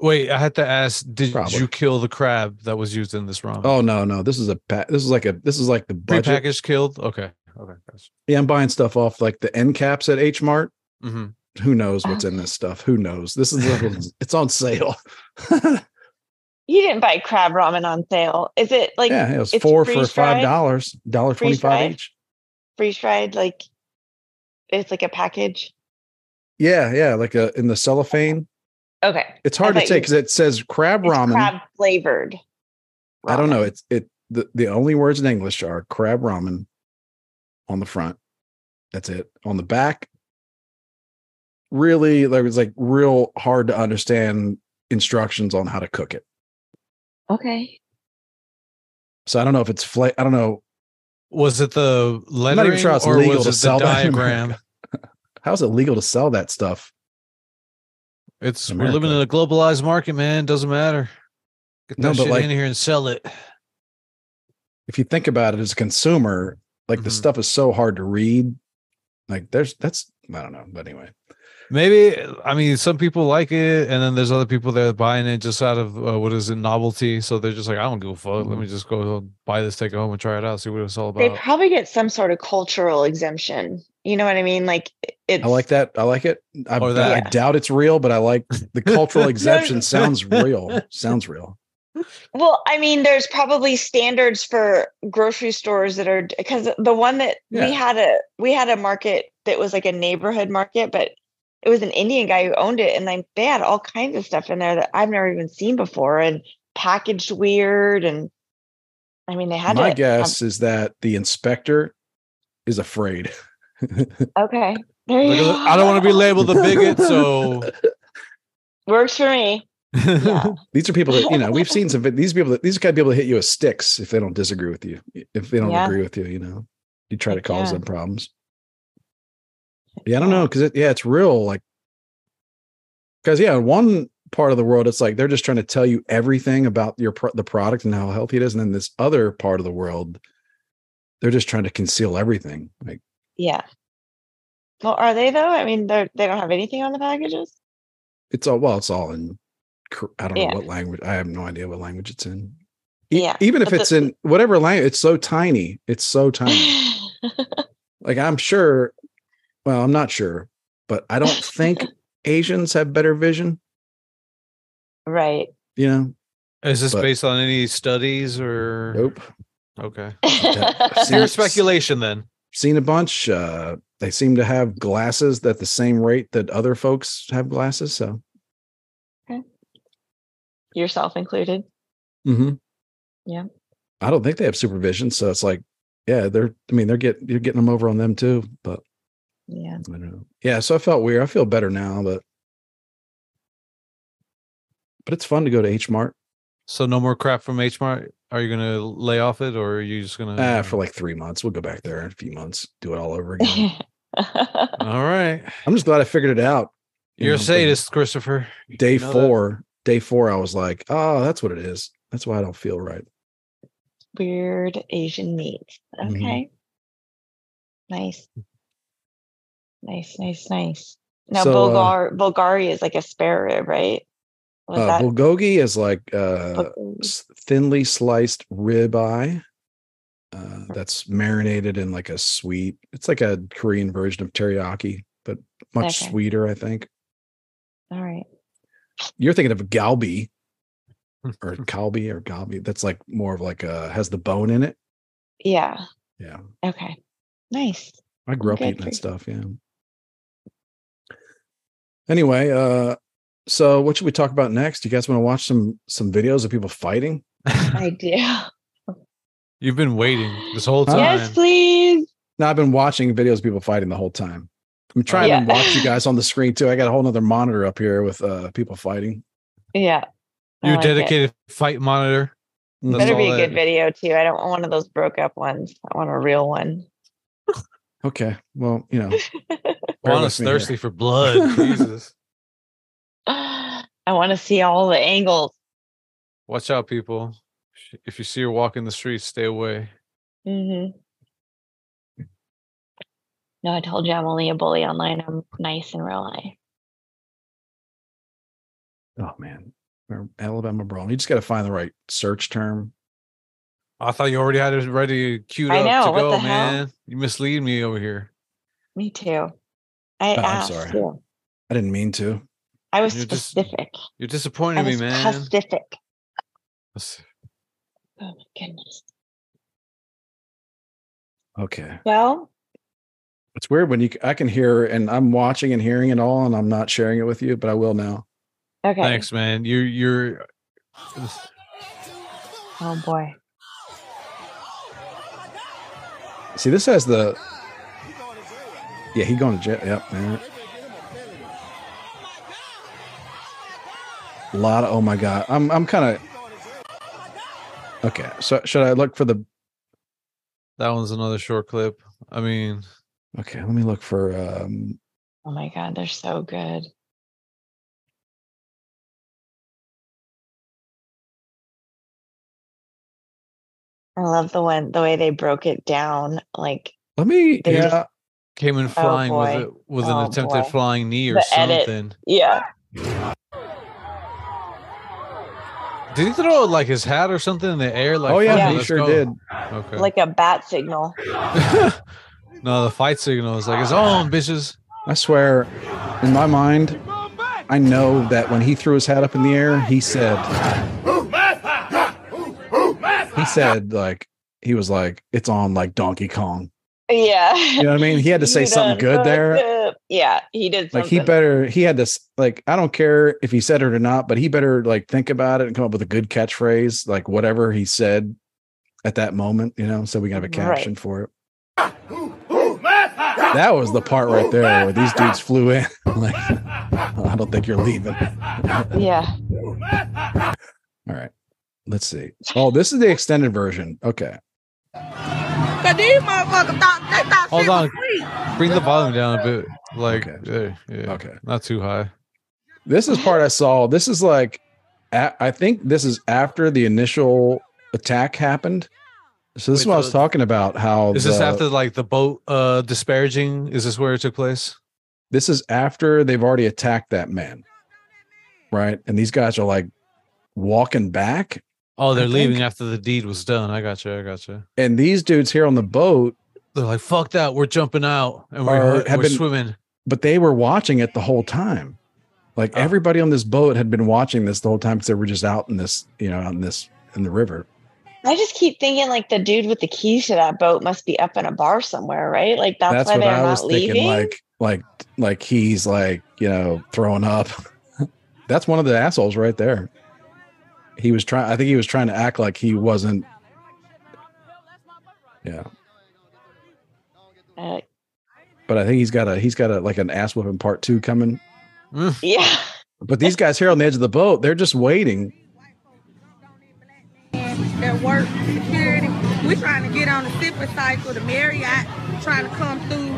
[SPEAKER 4] Wait, I had to ask, did
[SPEAKER 2] Probably.
[SPEAKER 4] you kill the crab that was used in this ramen?
[SPEAKER 2] Oh no, no, this is a pa- this is like a this is like the budget.
[SPEAKER 4] prepackaged killed? Okay. Okay. gotcha.
[SPEAKER 2] Yeah, I'm buying stuff off like the end caps at H Mart.
[SPEAKER 4] Mhm.
[SPEAKER 2] Who knows
[SPEAKER 3] Ah.
[SPEAKER 2] what's in this stuff? Who knows? This is like, it's on sale.
[SPEAKER 3] You didn't buy crab ramen on sale. Is it like
[SPEAKER 2] yeah, it was
[SPEAKER 3] it's
[SPEAKER 2] four for
[SPEAKER 3] freeze-dried?
[SPEAKER 2] five dollars, dollar twenty
[SPEAKER 3] Freeze-dried?
[SPEAKER 2] five each.
[SPEAKER 3] freeze fried? Like it's like a package.
[SPEAKER 2] Yeah, yeah, like a in the cellophane.
[SPEAKER 3] Okay.
[SPEAKER 2] It's hard to
[SPEAKER 3] thought
[SPEAKER 2] say
[SPEAKER 3] you-
[SPEAKER 2] because it says crab
[SPEAKER 3] It's
[SPEAKER 2] ramen.
[SPEAKER 3] crab flavored.
[SPEAKER 2] I don't know.
[SPEAKER 3] ramen.
[SPEAKER 2] It's it the, the only words in English are crab ramen on the front That's it. On the back, really, there was like real hard to understand instructions on how to cook it.
[SPEAKER 3] Okay.
[SPEAKER 2] So I don't know if it's fla- I don't know.
[SPEAKER 4] Was it the
[SPEAKER 2] I'm not
[SPEAKER 4] lettering
[SPEAKER 2] even sure it's
[SPEAKER 4] or
[SPEAKER 2] legal
[SPEAKER 4] was
[SPEAKER 2] to
[SPEAKER 4] it
[SPEAKER 2] sell
[SPEAKER 4] the
[SPEAKER 2] that in
[SPEAKER 4] diagram?
[SPEAKER 2] America. How's it legal to sell that stuff?
[SPEAKER 4] It's
[SPEAKER 2] America.
[SPEAKER 4] we're living in a globalized market, man. Doesn't matter. Get that
[SPEAKER 2] No, but
[SPEAKER 4] shit
[SPEAKER 2] like-
[SPEAKER 4] in here and sell it.
[SPEAKER 2] If you think about it as a consumer, like the
[SPEAKER 4] Mhm.
[SPEAKER 2] stuff is so hard to read. Like there's that's I don't know, but anyway.
[SPEAKER 4] Maybe I mean some people like it, and then there's other people that are buying it just out of uh, what is it novelty. So they're just like, I don't give a fuck. Let
[SPEAKER 2] Mm-hmm.
[SPEAKER 4] me just go buy this, take it home, and try it out, see what it's all
[SPEAKER 3] They
[SPEAKER 4] about.
[SPEAKER 3] probably get some sort of cultural exemption. You know what I mean? Like it's
[SPEAKER 2] I like that. I like it. I,
[SPEAKER 4] Or that.
[SPEAKER 2] I doubt it's real, but I like the cultural exemption.
[SPEAKER 3] no.
[SPEAKER 2] Sounds real. Sounds real.
[SPEAKER 3] Well, I mean, there's probably standards for grocery stores that are because the one that
[SPEAKER 2] Yeah.
[SPEAKER 3] we had a we had a market that was like a neighborhood market, but it was an Indian guy who owned it, and like they had all kinds of stuff in there that I've never even seen before, and packaged weird, and I um mean, they had
[SPEAKER 2] My
[SPEAKER 3] to-
[SPEAKER 2] guess is that the inspector is afraid.
[SPEAKER 3] Okay, there
[SPEAKER 4] Like,
[SPEAKER 3] you
[SPEAKER 4] I don't want to be
[SPEAKER 3] go.
[SPEAKER 4] labeled a bigot, so
[SPEAKER 3] Works for me. Yeah.
[SPEAKER 2] These are people that you know. We've seen some. vid- These people that these gotta be able to hit you with sticks if they don't disagree with you. If they don't
[SPEAKER 3] Yeah.
[SPEAKER 2] agree with you, you know, you try to
[SPEAKER 3] Heck
[SPEAKER 2] cause
[SPEAKER 3] yeah.
[SPEAKER 2] them problems. Yeah, I don't know because it, yeah, it's real. Like, because yeah, in one part of the world, it's like they're just trying to tell you everything about your pro- the product and how healthy it is, and then this other part of the world, they're just trying to conceal everything. Like,
[SPEAKER 3] Yeah. Well, are they though? I mean, they they don't have anything on the packages.
[SPEAKER 2] it's all well, it's all in. Kor- I don't
[SPEAKER 3] Yeah.
[SPEAKER 2] know what language. I have no idea what language it's in. E-
[SPEAKER 3] Yeah.
[SPEAKER 2] even if
[SPEAKER 3] but
[SPEAKER 2] it's
[SPEAKER 3] the-
[SPEAKER 2] in whatever language, it's so tiny. It's so tiny. like I'm sure. Well, I'm not sure, but I don't think Asians have better vision.
[SPEAKER 3] right.
[SPEAKER 2] You know,
[SPEAKER 4] is this
[SPEAKER 2] But-
[SPEAKER 4] based on any studies or
[SPEAKER 2] nope.
[SPEAKER 4] Okay,
[SPEAKER 2] Yeah.
[SPEAKER 4] pure speculation then.
[SPEAKER 2] Seen a bunch. Uh, they seem to have glasses at the same rate that other folks have glasses. So,
[SPEAKER 3] Yourself included.
[SPEAKER 2] Mhm.
[SPEAKER 3] Yeah.
[SPEAKER 2] I don't think they have supervision. So it's like, yeah, they're. I mean, they're getting you're getting them over on them too. But
[SPEAKER 3] Yeah.
[SPEAKER 2] I don't know. Yeah, so I felt weird. I feel better now, but but it's fun to go to H Mart
[SPEAKER 4] So no more crap from H Mart. Are you gonna lay off it, or are you just gonna?
[SPEAKER 2] ah, for like three months. We'll go back there in a few months, do it all over again.
[SPEAKER 4] All right,
[SPEAKER 2] I'm just glad I figured it out. You
[SPEAKER 4] you're a
[SPEAKER 2] know, but
[SPEAKER 4] sadist, Christopher.
[SPEAKER 2] Day
[SPEAKER 4] You know that?
[SPEAKER 2] four, day four, I was like, oh, that's what it is. That's why I don't feel right.
[SPEAKER 3] Weird Asian meat.
[SPEAKER 2] Mhm.
[SPEAKER 3] Okay. Nice. Nice, nice, nice. Now
[SPEAKER 2] So, uh,
[SPEAKER 3] Bulgar Bulgari is like a spare rib, right? Was
[SPEAKER 2] Uh,
[SPEAKER 3] that Oh.
[SPEAKER 2] bulgogi is like uh,
[SPEAKER 3] Bulgari?
[SPEAKER 2] s- thinly sliced rib eye. Uh, that's marinated in like a sweet. It's like a Korean version of teriyaki, but much
[SPEAKER 3] Okay.
[SPEAKER 2] sweeter, I think.
[SPEAKER 3] all right?
[SPEAKER 2] you're thinking of galbi or kalbi or galbi that's like more of like a has the bone in it
[SPEAKER 3] Yeah.
[SPEAKER 2] yeah
[SPEAKER 3] Okay. Nice.
[SPEAKER 2] i grew up
[SPEAKER 3] Okay,
[SPEAKER 2] eating that
[SPEAKER 3] great.
[SPEAKER 2] stuff yeah anyway uh so what should we talk about next you guys want to watch some some videos of people fighting
[SPEAKER 3] I do.
[SPEAKER 4] You've been waiting this whole
[SPEAKER 2] Huh?
[SPEAKER 4] time.
[SPEAKER 3] Yes, please.
[SPEAKER 2] now i've been watching videos of people fighting the whole time i'm trying
[SPEAKER 3] Yeah.
[SPEAKER 2] to watch you guys on the screen too i got a whole nother monitor up here with uh people fighting
[SPEAKER 3] Yeah. I
[SPEAKER 4] Your
[SPEAKER 3] like it.
[SPEAKER 4] dedicated fight monitor.
[SPEAKER 2] Mhm.
[SPEAKER 4] That's
[SPEAKER 3] Better be
[SPEAKER 4] all
[SPEAKER 3] a good
[SPEAKER 4] that-
[SPEAKER 3] video too. I don't want one of those broke up ones. I want a real one.
[SPEAKER 2] okay well you know bear
[SPEAKER 4] Juan is
[SPEAKER 2] with me here.
[SPEAKER 4] thirsty for blood. Jesus.
[SPEAKER 3] I want to see all the angles.
[SPEAKER 4] Watch out, people. Sh- If you see her walking the streets, stay away.
[SPEAKER 3] hmm No, I told you I'm only a bully online. I'm nice in real life.
[SPEAKER 2] oh man Or Alabama brawl. You just got to find the right search term.
[SPEAKER 4] I thought you already had it ready queued
[SPEAKER 3] I
[SPEAKER 4] up
[SPEAKER 3] know,
[SPEAKER 4] to
[SPEAKER 3] what
[SPEAKER 4] go,
[SPEAKER 3] the hell?
[SPEAKER 4] man. You mislead me over here.
[SPEAKER 3] Me too. I
[SPEAKER 2] Oh, I'm
[SPEAKER 3] asked.
[SPEAKER 2] sorry.
[SPEAKER 3] too.
[SPEAKER 2] I didn't mean to.
[SPEAKER 3] I was
[SPEAKER 4] You're just-
[SPEAKER 3] specific.
[SPEAKER 4] You're
[SPEAKER 3] I
[SPEAKER 4] disappointing me,
[SPEAKER 3] was
[SPEAKER 4] man.
[SPEAKER 3] specific.
[SPEAKER 4] Let's-
[SPEAKER 3] Oh my goodness.
[SPEAKER 2] Okay.
[SPEAKER 3] Well,
[SPEAKER 2] It's weird when you c- I can hear and I'm watching and hearing it all and I'm not sharing it with you, but I will now.
[SPEAKER 3] okay.
[SPEAKER 4] Thanks, man. You you're
[SPEAKER 3] Oh boy.
[SPEAKER 2] See, this has the Yeah, he going to jail. Yep. man. A lot of oh my god. I'm I'm kind of okay. So should I look for the?
[SPEAKER 4] That one's another short clip. I mean,
[SPEAKER 2] Okay, let me look for. um
[SPEAKER 3] Oh my God, they're so good. I love the one the way they broke it down. Like
[SPEAKER 2] Let me.
[SPEAKER 3] They
[SPEAKER 2] yeah.
[SPEAKER 3] just-
[SPEAKER 4] came in flying with
[SPEAKER 3] Oh, boy.
[SPEAKER 4] it with
[SPEAKER 3] Oh,
[SPEAKER 4] an attempted
[SPEAKER 3] boy.
[SPEAKER 4] flying knee or
[SPEAKER 3] The edit.
[SPEAKER 4] something.
[SPEAKER 3] yeah.
[SPEAKER 4] Did he throw like his hat or something in the air? Like,
[SPEAKER 2] oh yeah,
[SPEAKER 4] "Fuck it,
[SPEAKER 3] Yeah.
[SPEAKER 2] he
[SPEAKER 4] let's
[SPEAKER 2] sure
[SPEAKER 4] go."
[SPEAKER 2] did.
[SPEAKER 4] Okay.
[SPEAKER 3] Like a bat signal.
[SPEAKER 4] no, the fight signal is like it's on, bitches.
[SPEAKER 2] I swear, in my mind, I know that when he threw his hat up in the air, he said, he said like he was like it's on like Donkey Kong.
[SPEAKER 3] Yeah.
[SPEAKER 2] You know what I mean? He had to say
[SPEAKER 3] You
[SPEAKER 2] something
[SPEAKER 3] done
[SPEAKER 2] good there.
[SPEAKER 3] fucked up. Yeah, he did
[SPEAKER 2] Like
[SPEAKER 3] something.
[SPEAKER 2] he better he had to s- like I don't care if he said it or not, but he better like think about it and come up with a good catchphrase, like whatever he said at that moment, you know, so we can have a
[SPEAKER 3] Right.
[SPEAKER 2] caption for it. That was the part right there where these dudes flew in. like I don't think you're leaving.
[SPEAKER 3] yeah.
[SPEAKER 2] All right. Let's see. Oh, this is the extended version. Okay.
[SPEAKER 5] Cause these motherfuckers thought they thought
[SPEAKER 4] Hold
[SPEAKER 5] shit
[SPEAKER 4] on.
[SPEAKER 5] was free.
[SPEAKER 4] Bring the volume down a bit. Like, yeah, yeah,
[SPEAKER 2] Okay.
[SPEAKER 4] not too high.
[SPEAKER 2] This is part I saw. This is like, a- I think this is after the initial attack happened. So this
[SPEAKER 4] Wait,
[SPEAKER 2] is what I
[SPEAKER 4] so
[SPEAKER 2] was talking about. How
[SPEAKER 4] Is this
[SPEAKER 2] the-
[SPEAKER 4] after like the boat uh disparaging? Is this where it took place?
[SPEAKER 2] This is after they've already attacked that man, right? And these guys are like walking back,
[SPEAKER 4] Oh, they're
[SPEAKER 2] I
[SPEAKER 4] leaving
[SPEAKER 2] think-
[SPEAKER 4] after the deed was done. I gotcha. I gotcha.
[SPEAKER 2] and these dudes here on the boat,
[SPEAKER 4] They're like, fuck that. We're jumping out and
[SPEAKER 2] Or
[SPEAKER 4] we're,
[SPEAKER 2] have
[SPEAKER 4] we're
[SPEAKER 2] been-
[SPEAKER 4] swimming.
[SPEAKER 2] but they were watching it the whole time. Like
[SPEAKER 4] Oh.
[SPEAKER 2] everybody on this boat had been watching this the whole time because they were just out in this, you know, out in this in the river.
[SPEAKER 3] I just keep thinking like the dude with the keys to that boat must be up in a bar somewhere, right? Like that's,
[SPEAKER 2] that's
[SPEAKER 3] why
[SPEAKER 2] what
[SPEAKER 3] they're
[SPEAKER 2] I was
[SPEAKER 3] not leaving.
[SPEAKER 2] thinking. Like, like, like he's like, you know, throwing up. That's one of the assholes right there. He was trying. I think he was trying to act like he wasn't. Yeah,
[SPEAKER 3] Uh,
[SPEAKER 2] but I think he's got a he's got a like an ass whooping part two coming.
[SPEAKER 3] yeah.
[SPEAKER 2] But these guys here on the edge of the boat, they're just waiting.
[SPEAKER 5] That work security. We're trying to get on the zipper cycle, the Marriott trying to come through.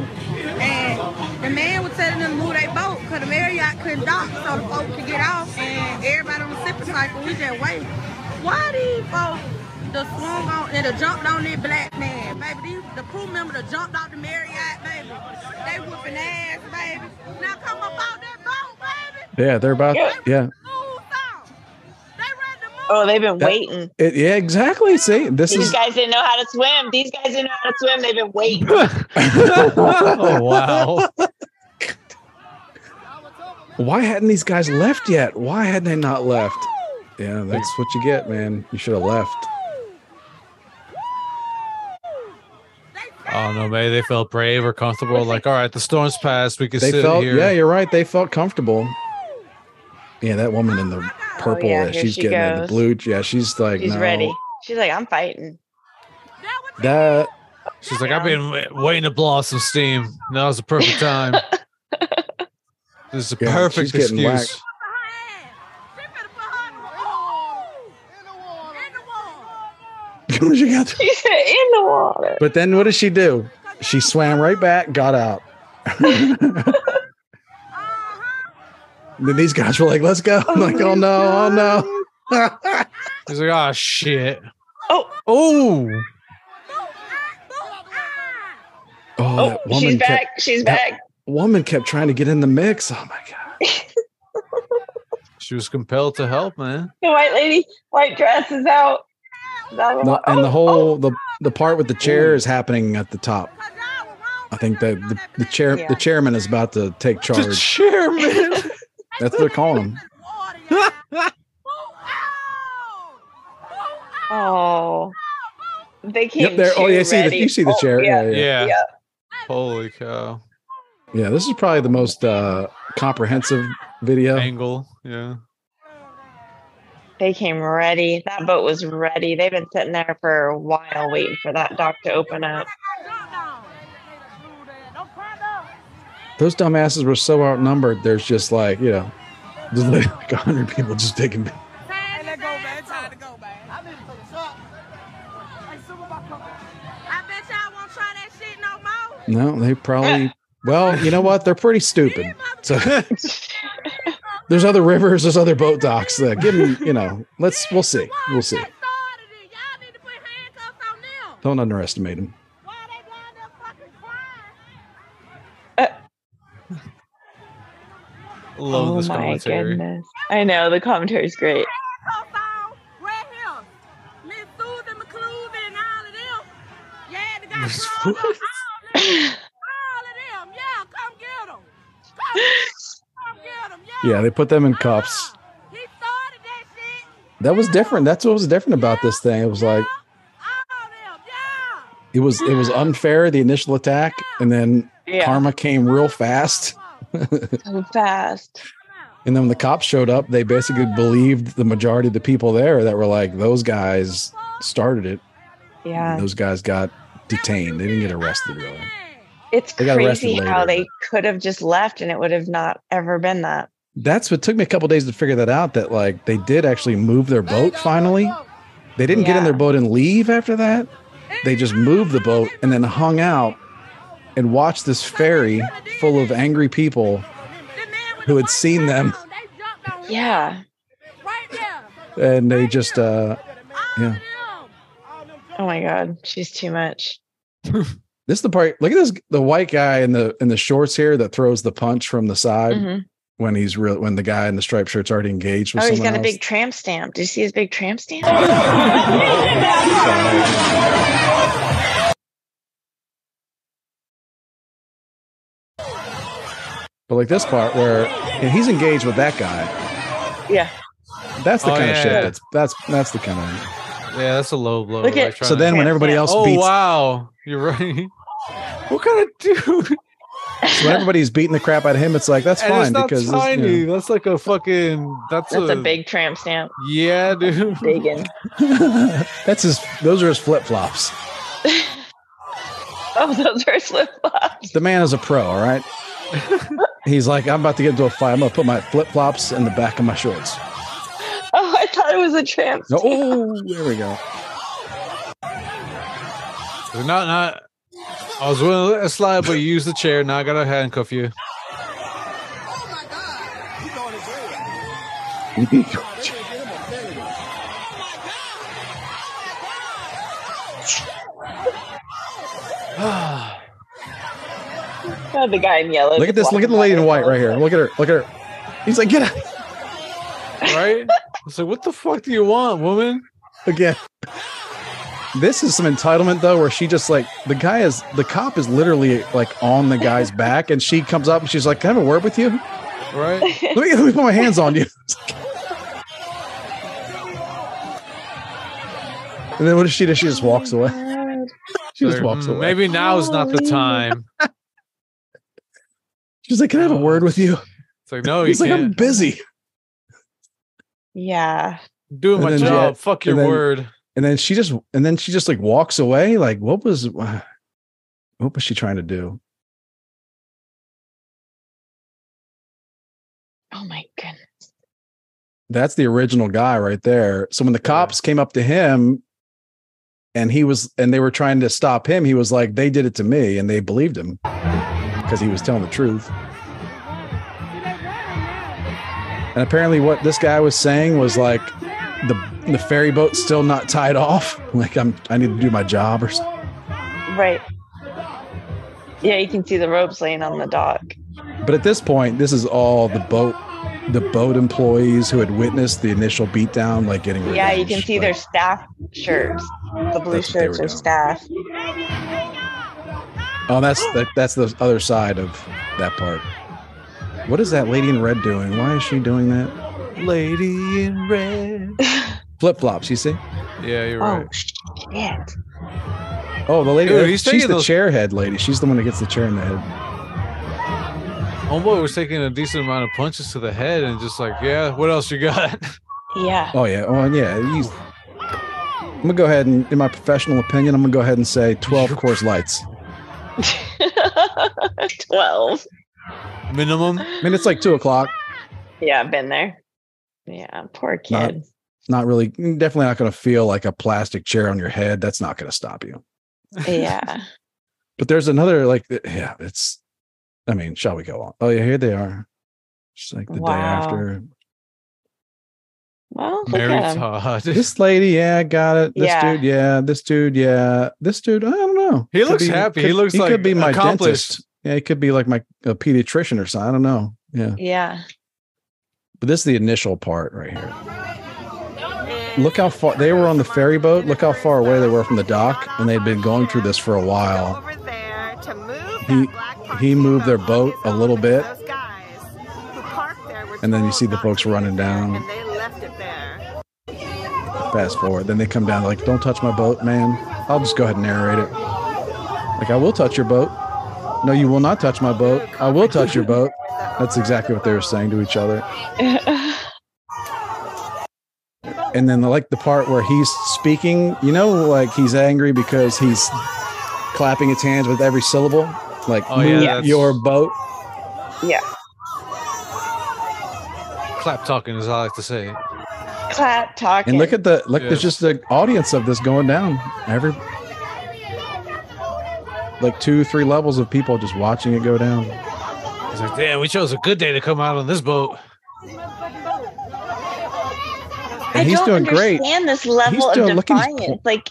[SPEAKER 5] And the man was telling them to move their boat because the Marriott couldn't dock so the boat could get off and everybody on the zipper cycle, we just wait. Why these folks the swung on and the jumped on that black man, baby? These, the crew member that jumped off the Marriott, baby. They whooping ass, baby. Now come up out that boat, baby.
[SPEAKER 2] Yeah, they're about. Yeah,
[SPEAKER 5] Move on. They ready to move.
[SPEAKER 3] Oh, they've been
[SPEAKER 2] That-
[SPEAKER 3] waiting.
[SPEAKER 2] it, yeah, exactly. See, this
[SPEAKER 3] These
[SPEAKER 2] is
[SPEAKER 3] guys didn't know how to swim. These guys didn't know how to swim. They've been waiting.
[SPEAKER 4] oh wow.
[SPEAKER 2] why hadn't these guys left yet? Why hadn't they not left? Yeah, that's what you get, man. You should have left.
[SPEAKER 4] Oh no, maybe they felt brave or comfortable. Like, all right, the storm's passed. We can
[SPEAKER 2] they
[SPEAKER 4] sit
[SPEAKER 2] felt
[SPEAKER 4] here.
[SPEAKER 2] yeah you're right they felt comfortable yeah that woman in the purple
[SPEAKER 3] Oh, yeah,
[SPEAKER 2] that
[SPEAKER 3] here
[SPEAKER 2] she's
[SPEAKER 3] she
[SPEAKER 2] getting in the
[SPEAKER 3] goes.
[SPEAKER 2] blue yeah she's like
[SPEAKER 3] She's
[SPEAKER 2] no,
[SPEAKER 3] ready. She's like, I'm fighting.
[SPEAKER 2] that
[SPEAKER 4] She's like, I've been wa- waiting to blow off some steam. Now's the perfect time. this is a
[SPEAKER 2] Yeah, she's
[SPEAKER 4] perfect
[SPEAKER 2] getting
[SPEAKER 4] excuse.
[SPEAKER 2] she got
[SPEAKER 3] She's in the water.
[SPEAKER 2] but then what does she do she swam right back got out then these guys were like let's go I'm like oh no oh no Oh,
[SPEAKER 4] He's like, ah, shit.
[SPEAKER 3] Oh,
[SPEAKER 4] Oh,
[SPEAKER 2] oh
[SPEAKER 3] oh,
[SPEAKER 2] that
[SPEAKER 3] she's
[SPEAKER 2] woman
[SPEAKER 3] back.
[SPEAKER 2] kept,
[SPEAKER 3] she's
[SPEAKER 2] that-
[SPEAKER 3] back.
[SPEAKER 2] woman kept trying to get in the mix oh my god
[SPEAKER 4] she was compelled to help, man.
[SPEAKER 3] The white lady, white dress is out. Is that the
[SPEAKER 2] No,
[SPEAKER 3] one?
[SPEAKER 2] and the
[SPEAKER 3] Oh,
[SPEAKER 2] whole the the part with the chair is happening at the top i think that the, the chair
[SPEAKER 3] Yeah.
[SPEAKER 2] the chairman is about to take
[SPEAKER 4] The
[SPEAKER 2] charge
[SPEAKER 4] chairman.
[SPEAKER 2] that's what they're calling him
[SPEAKER 3] Oh. oh. They came.
[SPEAKER 2] Yep, there. Oh,
[SPEAKER 3] too
[SPEAKER 2] yeah, see the,
[SPEAKER 3] ready.
[SPEAKER 2] you see the
[SPEAKER 3] Oh,
[SPEAKER 2] chair. Yeah. Yeah, yeah,
[SPEAKER 4] yeah.
[SPEAKER 3] Yeah.
[SPEAKER 4] Holy cow.
[SPEAKER 2] Yeah, This is probably the most uh, comprehensive video.
[SPEAKER 4] Angle. Yeah.
[SPEAKER 3] They came ready. That boat was ready. They've been sitting there for a while waiting for that dock to open up.
[SPEAKER 2] Those dumbasses were so outnumbered. There's just like you know, there's literally like hundred people just taking.
[SPEAKER 5] Time to go, man. Time to go, man. I bet y'all won't try that shit no more.
[SPEAKER 2] No, they probably. Well, you know what? They're pretty stupid. So there's other rivers, there's other boat docks. That give them, you know. Let's. We'll see. We'll see.
[SPEAKER 5] Y'all need to put handcuffs on them.
[SPEAKER 2] Don't underestimate them.
[SPEAKER 5] Why they blind up fucking crying?
[SPEAKER 4] Love
[SPEAKER 3] oh
[SPEAKER 4] this
[SPEAKER 3] my
[SPEAKER 4] commentary.
[SPEAKER 3] goodness. I know the commentary is great.
[SPEAKER 5] profile right here. Miss Susan McCluven and all of them. Yeah, they got
[SPEAKER 4] Miss
[SPEAKER 5] drugs on all
[SPEAKER 4] what?
[SPEAKER 5] of them. All of them. Yeah, come get them. Come, come get them. Yeah. Uh-huh.
[SPEAKER 2] Yeah, they put them in cuffs.
[SPEAKER 5] He started that shit.
[SPEAKER 2] That was different. That's what was different about this thing. It was like
[SPEAKER 5] All of them. Yeah.
[SPEAKER 2] it was it was unfair the initial attack, and then
[SPEAKER 3] Yeah.
[SPEAKER 2] karma came real fast.
[SPEAKER 3] So fast.
[SPEAKER 2] And then when the cops showed up, they basically believed the majority of the people there that were like, those guys started it.
[SPEAKER 3] Yeah.
[SPEAKER 2] Those guys got detained. They didn't get arrested, really.
[SPEAKER 3] It's
[SPEAKER 2] They got arrested
[SPEAKER 3] crazy how
[SPEAKER 2] later,
[SPEAKER 3] they could have just left and it would have not ever been that.
[SPEAKER 2] That's what took me a couple days to figure that out that like they did actually move their boat finally. They didn't get in
[SPEAKER 3] Yeah.
[SPEAKER 2] their boat and leave after that. They just moved the boat and then hung out and watched this ferry full of angry people. who had seen them.
[SPEAKER 3] Yeah.
[SPEAKER 5] Right there.
[SPEAKER 2] And they just, uh,
[SPEAKER 5] All
[SPEAKER 2] Yeah.
[SPEAKER 5] of them.
[SPEAKER 3] Oh my God. She's too much.
[SPEAKER 2] this is the part. Look at this the white guy in the in the shorts here that throws the punch from the side.
[SPEAKER 3] Mhm.
[SPEAKER 2] when he's real when the guy in the striped shirt's already engaged with
[SPEAKER 3] Oh, he's
[SPEAKER 2] someone
[SPEAKER 3] got a
[SPEAKER 2] else.
[SPEAKER 3] big tramp stamp. Did you see his big tramp stamp?
[SPEAKER 2] but like this part where and he's engaged with that guy.
[SPEAKER 3] Yeah.
[SPEAKER 2] That's the
[SPEAKER 4] Oh,
[SPEAKER 2] kind of
[SPEAKER 4] yeah,
[SPEAKER 2] shit
[SPEAKER 4] yeah.
[SPEAKER 2] that's that's that's the kind of.
[SPEAKER 4] Yeah, that's a low blow.
[SPEAKER 3] Look at-
[SPEAKER 4] trying
[SPEAKER 2] So
[SPEAKER 4] to-
[SPEAKER 2] then when
[SPEAKER 3] Yeah,
[SPEAKER 2] everybody
[SPEAKER 3] yeah.
[SPEAKER 2] else
[SPEAKER 4] oh
[SPEAKER 2] beats,
[SPEAKER 4] wow, you're right. what kind of dude?
[SPEAKER 2] so when everybody's beating the crap out of him, it's like that's
[SPEAKER 4] And
[SPEAKER 2] fine
[SPEAKER 4] it's not
[SPEAKER 2] because this, you
[SPEAKER 4] tiny.
[SPEAKER 2] know,
[SPEAKER 4] That's like a fucking. That's,
[SPEAKER 3] That's a big tramp stamp.
[SPEAKER 4] Yeah, dude.
[SPEAKER 3] Big one.
[SPEAKER 2] that's his. Those are his flip flops.
[SPEAKER 3] Oh, those are flip flops.
[SPEAKER 2] The man is a pro. All right. he's like, I'm about to get into a fight. I'm gonna put my flip flops in the back of my shorts.
[SPEAKER 3] Oh, I thought it was a tramp
[SPEAKER 2] No,
[SPEAKER 3] stamp.
[SPEAKER 2] oh, there we go.
[SPEAKER 4] Not not. I was willing to let it slide, but you use the chair. Now I gotta handcuff you.
[SPEAKER 3] Oh, the guy in yellow.
[SPEAKER 2] Look at this. Look at the lady in white right here. Look at her. Look at her. He's like, get out
[SPEAKER 4] right? It's like, what the fuck do you want, woman?
[SPEAKER 2] again. This is some entitlement though, where she just like the guy is the cop is literally like on the guy's back, and she comes up and she's like, "Can I have a word with you? Let
[SPEAKER 4] Right?
[SPEAKER 2] me, let me put my hands on you." And then what does she do? She just walks away.
[SPEAKER 3] Oh
[SPEAKER 2] She just
[SPEAKER 4] Like,
[SPEAKER 2] walks
[SPEAKER 4] "Mm,
[SPEAKER 2] away.
[SPEAKER 4] Maybe now is not the
[SPEAKER 3] Holy.
[SPEAKER 4] time.
[SPEAKER 2] She's like, "Can I have a word with you?"
[SPEAKER 4] It's like, no, Oh, you
[SPEAKER 2] He's like, "I'm
[SPEAKER 4] can't.
[SPEAKER 2] busy."
[SPEAKER 3] Yeah.
[SPEAKER 4] I'm doing
[SPEAKER 2] And
[SPEAKER 4] my
[SPEAKER 2] then
[SPEAKER 4] job.
[SPEAKER 2] Jet-
[SPEAKER 4] Fuck
[SPEAKER 2] and
[SPEAKER 4] your
[SPEAKER 2] then-
[SPEAKER 4] word.
[SPEAKER 2] And then she just and then she just like walks away. Like, what was what was she trying to do?
[SPEAKER 3] Oh my goodness.
[SPEAKER 2] that's the original guy right there. So when the cops came up to him and he was and they were trying to stop him, he was like, They did it to me, and they believed him because he was telling the truth. And apparently what this guy was saying was like the the ferry boat's still not tied off. Like I'm I need to do my job or something.
[SPEAKER 3] Right. Yeah, you can see the ropes laying on the dock.
[SPEAKER 2] But at this point, this is all the boat the boat employees who had witnessed the initial beatdown, like getting
[SPEAKER 3] Yeah, you
[SPEAKER 2] revenge.
[SPEAKER 3] can see
[SPEAKER 2] Like,
[SPEAKER 3] their staff shirts. The
[SPEAKER 2] That's what
[SPEAKER 3] blue
[SPEAKER 2] they
[SPEAKER 3] shirts
[SPEAKER 2] were doing.
[SPEAKER 3] are staff.
[SPEAKER 2] Oh, that's that, that's the other side of that part. What is that lady in red doing? Why is she doing that?
[SPEAKER 4] Lady in red.
[SPEAKER 2] Flip flops, you see?
[SPEAKER 4] Yeah, you're
[SPEAKER 3] Oh
[SPEAKER 4] right.
[SPEAKER 3] shit.
[SPEAKER 2] Oh, the lady.
[SPEAKER 4] Dude, he's
[SPEAKER 2] she's
[SPEAKER 4] taking
[SPEAKER 2] the chairhead
[SPEAKER 4] those-
[SPEAKER 2] chair head lady. She's the one that gets the chair in the head.
[SPEAKER 4] Homeboy was taking a decent amount of punches to the head and just like, yeah, what else you got?
[SPEAKER 3] Yeah.
[SPEAKER 2] Oh yeah. Oh yeah. he's- I'm gonna go ahead and, in my professional opinion, I'm gonna go ahead and say 12 Coors Lights.
[SPEAKER 3] Twelve.
[SPEAKER 4] minimum.
[SPEAKER 2] I mean, it's like two o'clock.
[SPEAKER 3] Yeah, I've been there. Yeah, poor
[SPEAKER 2] Not-
[SPEAKER 3] kid.
[SPEAKER 2] It's not really, definitely not going to feel like a plastic chair on your head. That's not going to stop you.
[SPEAKER 3] yeah.
[SPEAKER 2] But there's another, like, th- yeah, it's, I mean, shall we go on? Oh, yeah, here they are. Just like the
[SPEAKER 3] Wow.
[SPEAKER 2] day after.
[SPEAKER 3] Well, look
[SPEAKER 4] Mary
[SPEAKER 3] at him.
[SPEAKER 4] Todd.
[SPEAKER 2] This lady, yeah, got it. This
[SPEAKER 3] Yeah.
[SPEAKER 2] dude, yeah. This dude, yeah. This dude, I don't know.
[SPEAKER 4] He
[SPEAKER 2] Could
[SPEAKER 4] looks happy. He looks like accomplished.
[SPEAKER 2] dentist. Yeah, he could be like my a pediatrician or something. I don't know. Yeah.
[SPEAKER 3] Yeah.
[SPEAKER 2] But this is the initial part right here. Look how far they were on the ferry boat. Look how far away they were from the dock, and they'd been going through this for a while.
[SPEAKER 6] Over there to move
[SPEAKER 2] He-
[SPEAKER 6] that black party
[SPEAKER 2] he moved their
[SPEAKER 6] from
[SPEAKER 2] boat
[SPEAKER 6] his
[SPEAKER 2] a little
[SPEAKER 6] own,
[SPEAKER 2] bit.
[SPEAKER 6] because those guys who parked there were
[SPEAKER 2] And then you
[SPEAKER 6] told
[SPEAKER 2] see the
[SPEAKER 6] not
[SPEAKER 2] folks
[SPEAKER 6] to leave
[SPEAKER 2] running
[SPEAKER 6] there,
[SPEAKER 2] down.
[SPEAKER 6] And they left it there.
[SPEAKER 2] Fast forward, then they come down like, "Don't touch my boat, man." I'll just go ahead and narrate it. Like, I will touch your boat. No, you will not touch my boat. I will touch your boat. That's exactly what they were saying to each other. and then like the part where he's speaking, you know, like he's angry because he's clapping his hands with every syllable, like
[SPEAKER 4] Oh, yeah,
[SPEAKER 2] move
[SPEAKER 4] that's-
[SPEAKER 2] your boat.
[SPEAKER 3] yeah.
[SPEAKER 4] clap talking, as I like to say.
[SPEAKER 3] Clap, talking.
[SPEAKER 2] And look at the look. There's
[SPEAKER 4] Yes.
[SPEAKER 2] just the audience of this going down. Every like two, three levels of people just watching it go down.
[SPEAKER 4] It's like, damn, we chose a good day to come out on this boat.
[SPEAKER 3] I
[SPEAKER 2] And he's
[SPEAKER 3] don't
[SPEAKER 2] doing great.
[SPEAKER 3] understand this level
[SPEAKER 2] He's
[SPEAKER 3] of
[SPEAKER 2] doing- look at his
[SPEAKER 3] defiance. like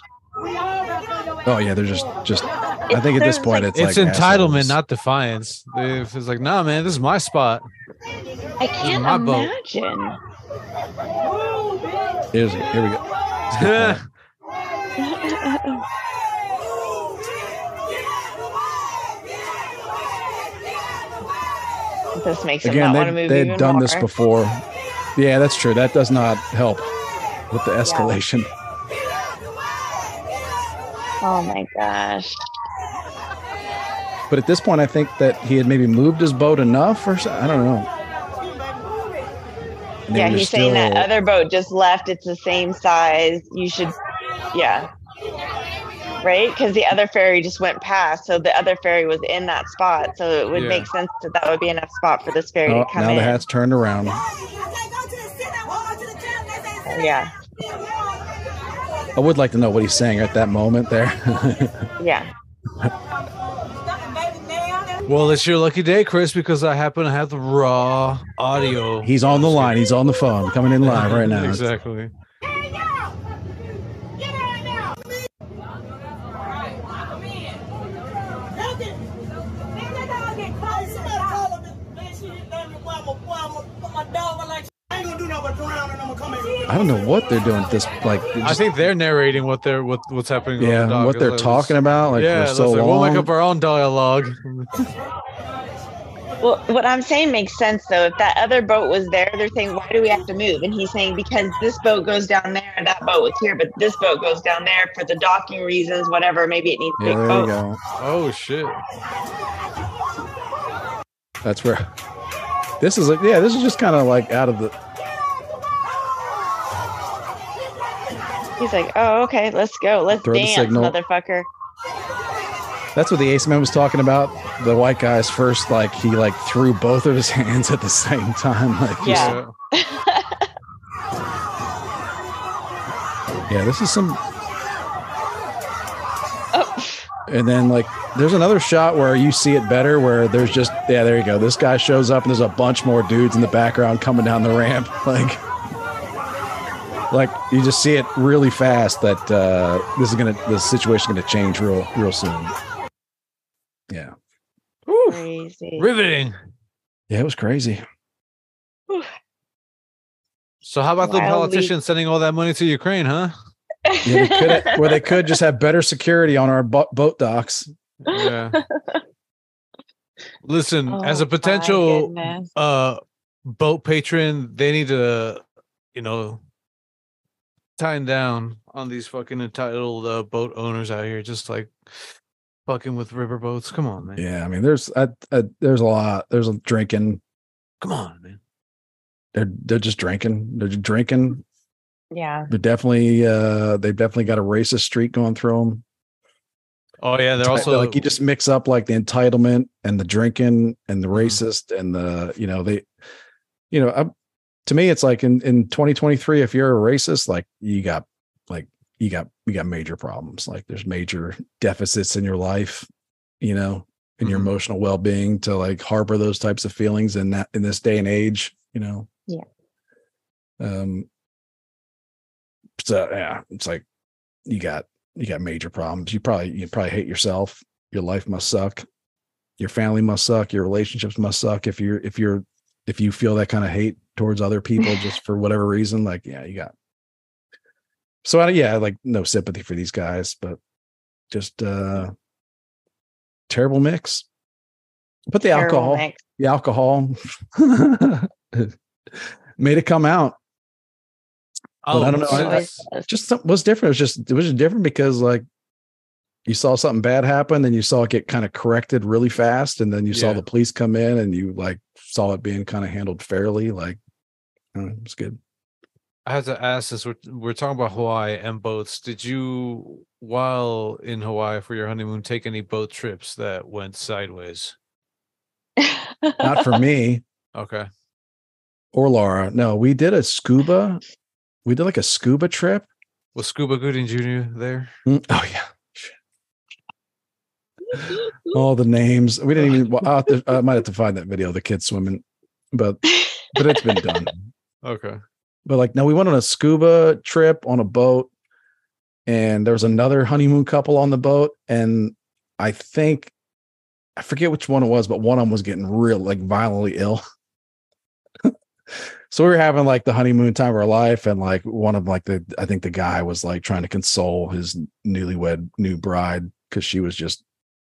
[SPEAKER 2] Oh yeah, they're just just. I think at this
[SPEAKER 3] there's,
[SPEAKER 2] point
[SPEAKER 3] like-
[SPEAKER 2] it's
[SPEAKER 4] It's,
[SPEAKER 2] like
[SPEAKER 4] entitlement,
[SPEAKER 2] assholes.
[SPEAKER 4] not defiance. If it's like, nah, man, this is my spot.
[SPEAKER 3] I can't
[SPEAKER 4] my boat.
[SPEAKER 3] imagine.
[SPEAKER 2] Here's, here we go.
[SPEAKER 3] This makes him
[SPEAKER 2] Again,
[SPEAKER 3] not want to
[SPEAKER 2] they
[SPEAKER 3] move
[SPEAKER 2] they
[SPEAKER 3] even
[SPEAKER 2] had done
[SPEAKER 3] more.
[SPEAKER 2] this before. Yeah, that's true. That does not help with the escalation.
[SPEAKER 3] Oh my gosh.
[SPEAKER 2] But at this point, I think that he had maybe moved his boat enough, or so, I don't know. And they
[SPEAKER 3] yeah,
[SPEAKER 2] were
[SPEAKER 3] he's saying that
[SPEAKER 2] still-
[SPEAKER 3] other boat just left. It's the same size. You should, yeah. Right? Because the other ferry just went past. So the other ferry was in that spot. So it would
[SPEAKER 4] Yeah.
[SPEAKER 3] make sense that that would be enough spot for this ferry
[SPEAKER 2] Oh,
[SPEAKER 3] to come
[SPEAKER 2] now
[SPEAKER 3] in.
[SPEAKER 2] the hat's turned around.
[SPEAKER 3] yeah.
[SPEAKER 2] I would like to know what he's saying at that moment there.
[SPEAKER 3] Yeah.
[SPEAKER 4] well, it's your lucky day, Chris, because I happen to have the raw audio.
[SPEAKER 2] he's on the line. He's on the phone, coming in live right now.
[SPEAKER 4] exactly.
[SPEAKER 2] I don't know what they're doing. At this like, they
[SPEAKER 4] I
[SPEAKER 2] just-
[SPEAKER 4] think they're narrating what they're what what's happening. on the
[SPEAKER 2] yeah,
[SPEAKER 4] dock.
[SPEAKER 2] what
[SPEAKER 4] It's
[SPEAKER 2] they're
[SPEAKER 4] like,
[SPEAKER 2] talking about. Like
[SPEAKER 4] yeah,
[SPEAKER 2] for so
[SPEAKER 4] it's like,
[SPEAKER 2] long.
[SPEAKER 4] we'll make up our own dialogue.
[SPEAKER 3] Well, what I'm saying makes sense though. If that other boat was there, they're saying, why do we have to move? And he's saying, because this boat goes down there and that boat was here, but this boat goes down there for the docking reasons, whatever. Maybe it needs
[SPEAKER 2] yeah,
[SPEAKER 3] big
[SPEAKER 2] there you
[SPEAKER 3] boat.
[SPEAKER 2] go.
[SPEAKER 4] oh shit!
[SPEAKER 2] That's where. This is like yeah. This is just kind of like out of the.
[SPEAKER 3] He's like, oh, okay, let's go. Let's
[SPEAKER 2] Throw the
[SPEAKER 3] dance,
[SPEAKER 2] signal.
[SPEAKER 3] motherfucker.
[SPEAKER 2] That's what the ace man was talking about. The white guy's first like he like threw both of his hands at the same time. Like he's-
[SPEAKER 3] Yeah.
[SPEAKER 2] yeah. This is some
[SPEAKER 3] Oh,
[SPEAKER 2] And then like there's another shot where you see it better where there's just yeah, there you go. This guy shows up and there's a bunch more dudes in the background coming down the ramp. Like like you just see it really fast that uh this is gonna the situation gonna change real real soon. Yeah.
[SPEAKER 3] crazy.
[SPEAKER 4] Riveting.
[SPEAKER 2] Yeah, it was crazy.
[SPEAKER 4] So how about the
[SPEAKER 3] Wildly-
[SPEAKER 4] politician sending all that money to Ukraine, huh?
[SPEAKER 2] Yeah, they
[SPEAKER 3] Oh
[SPEAKER 2] could where they could just have better security on our bo- boat docks.
[SPEAKER 4] Yeah. Listen,
[SPEAKER 3] Oh,
[SPEAKER 4] as a
[SPEAKER 3] my
[SPEAKER 4] potential
[SPEAKER 3] goodness.
[SPEAKER 4] uh boat patron they need to you know time down on these fucking entitled uh, boat owners out here just like fucking with river boats come on man
[SPEAKER 2] Yeah, I mean there's I, I, there's a lot. There's a drinking.
[SPEAKER 4] come on man
[SPEAKER 2] They're they're just drinking. They're just drinking.
[SPEAKER 3] Yeah.
[SPEAKER 2] They're definitely uh they've definitely got a racist streak going through them.
[SPEAKER 4] Oh yeah, they're also
[SPEAKER 2] like you just mix up like the entitlement and the drinking and
[SPEAKER 4] Mm-hmm.
[SPEAKER 2] the racist and the you know they you know I, to me it's like in in 2023 if you're a racist like you got like you got you got major problems like there's major deficits in your life you know in your
[SPEAKER 4] Mhm.
[SPEAKER 2] emotional well-being to like harbor those types of feelings in that in this day and age you know
[SPEAKER 3] Yeah.
[SPEAKER 2] um so yeah it's like you got you got major problems you probably you probably hate yourself your life must suck your family must suck your relationships must suck if you're if you're if you feel that kind of hate towards other people just for whatever reason like yeah you got so I, yeah like no sympathy for these guys but just uh terrible mix but the
[SPEAKER 3] Terrible
[SPEAKER 2] alcohol
[SPEAKER 3] mix.
[SPEAKER 2] the alcohol made it come out
[SPEAKER 4] Oh,
[SPEAKER 2] but I don't know,
[SPEAKER 3] It
[SPEAKER 2] I-
[SPEAKER 3] always does.
[SPEAKER 2] just some- was different. It was just it was just different because like you saw something bad happen, then you saw it get kind of corrected really fast, and then you saw
[SPEAKER 4] Yeah.
[SPEAKER 2] the police come in, and you like saw it being kind of handled fairly. Like I don't know, it was good.
[SPEAKER 4] I have to ask since we're we're talking about Hawaii and boats. Did you, while in Hawaii for your honeymoon, take any boat trips that went sideways?
[SPEAKER 2] Not for me
[SPEAKER 4] Okay.
[SPEAKER 2] or Laura. No, we did a scuba. We did like a scuba trip.
[SPEAKER 4] Was Scuba Gooding Jr. there?
[SPEAKER 2] Mm, Oh yeah. All the names. We didn't even. Well, I'll have to- I might have to find that video of the kids swimming, but but it's been done.
[SPEAKER 4] Okay.
[SPEAKER 2] but like no we went on a scuba trip on a boat and there was another honeymoon couple on the boat and i think i forget which one it was but one of them was getting real like violently ill so we were having like the honeymoon time of our life and like one of like the i think the guy was like trying to console his newlywed new bride because she was just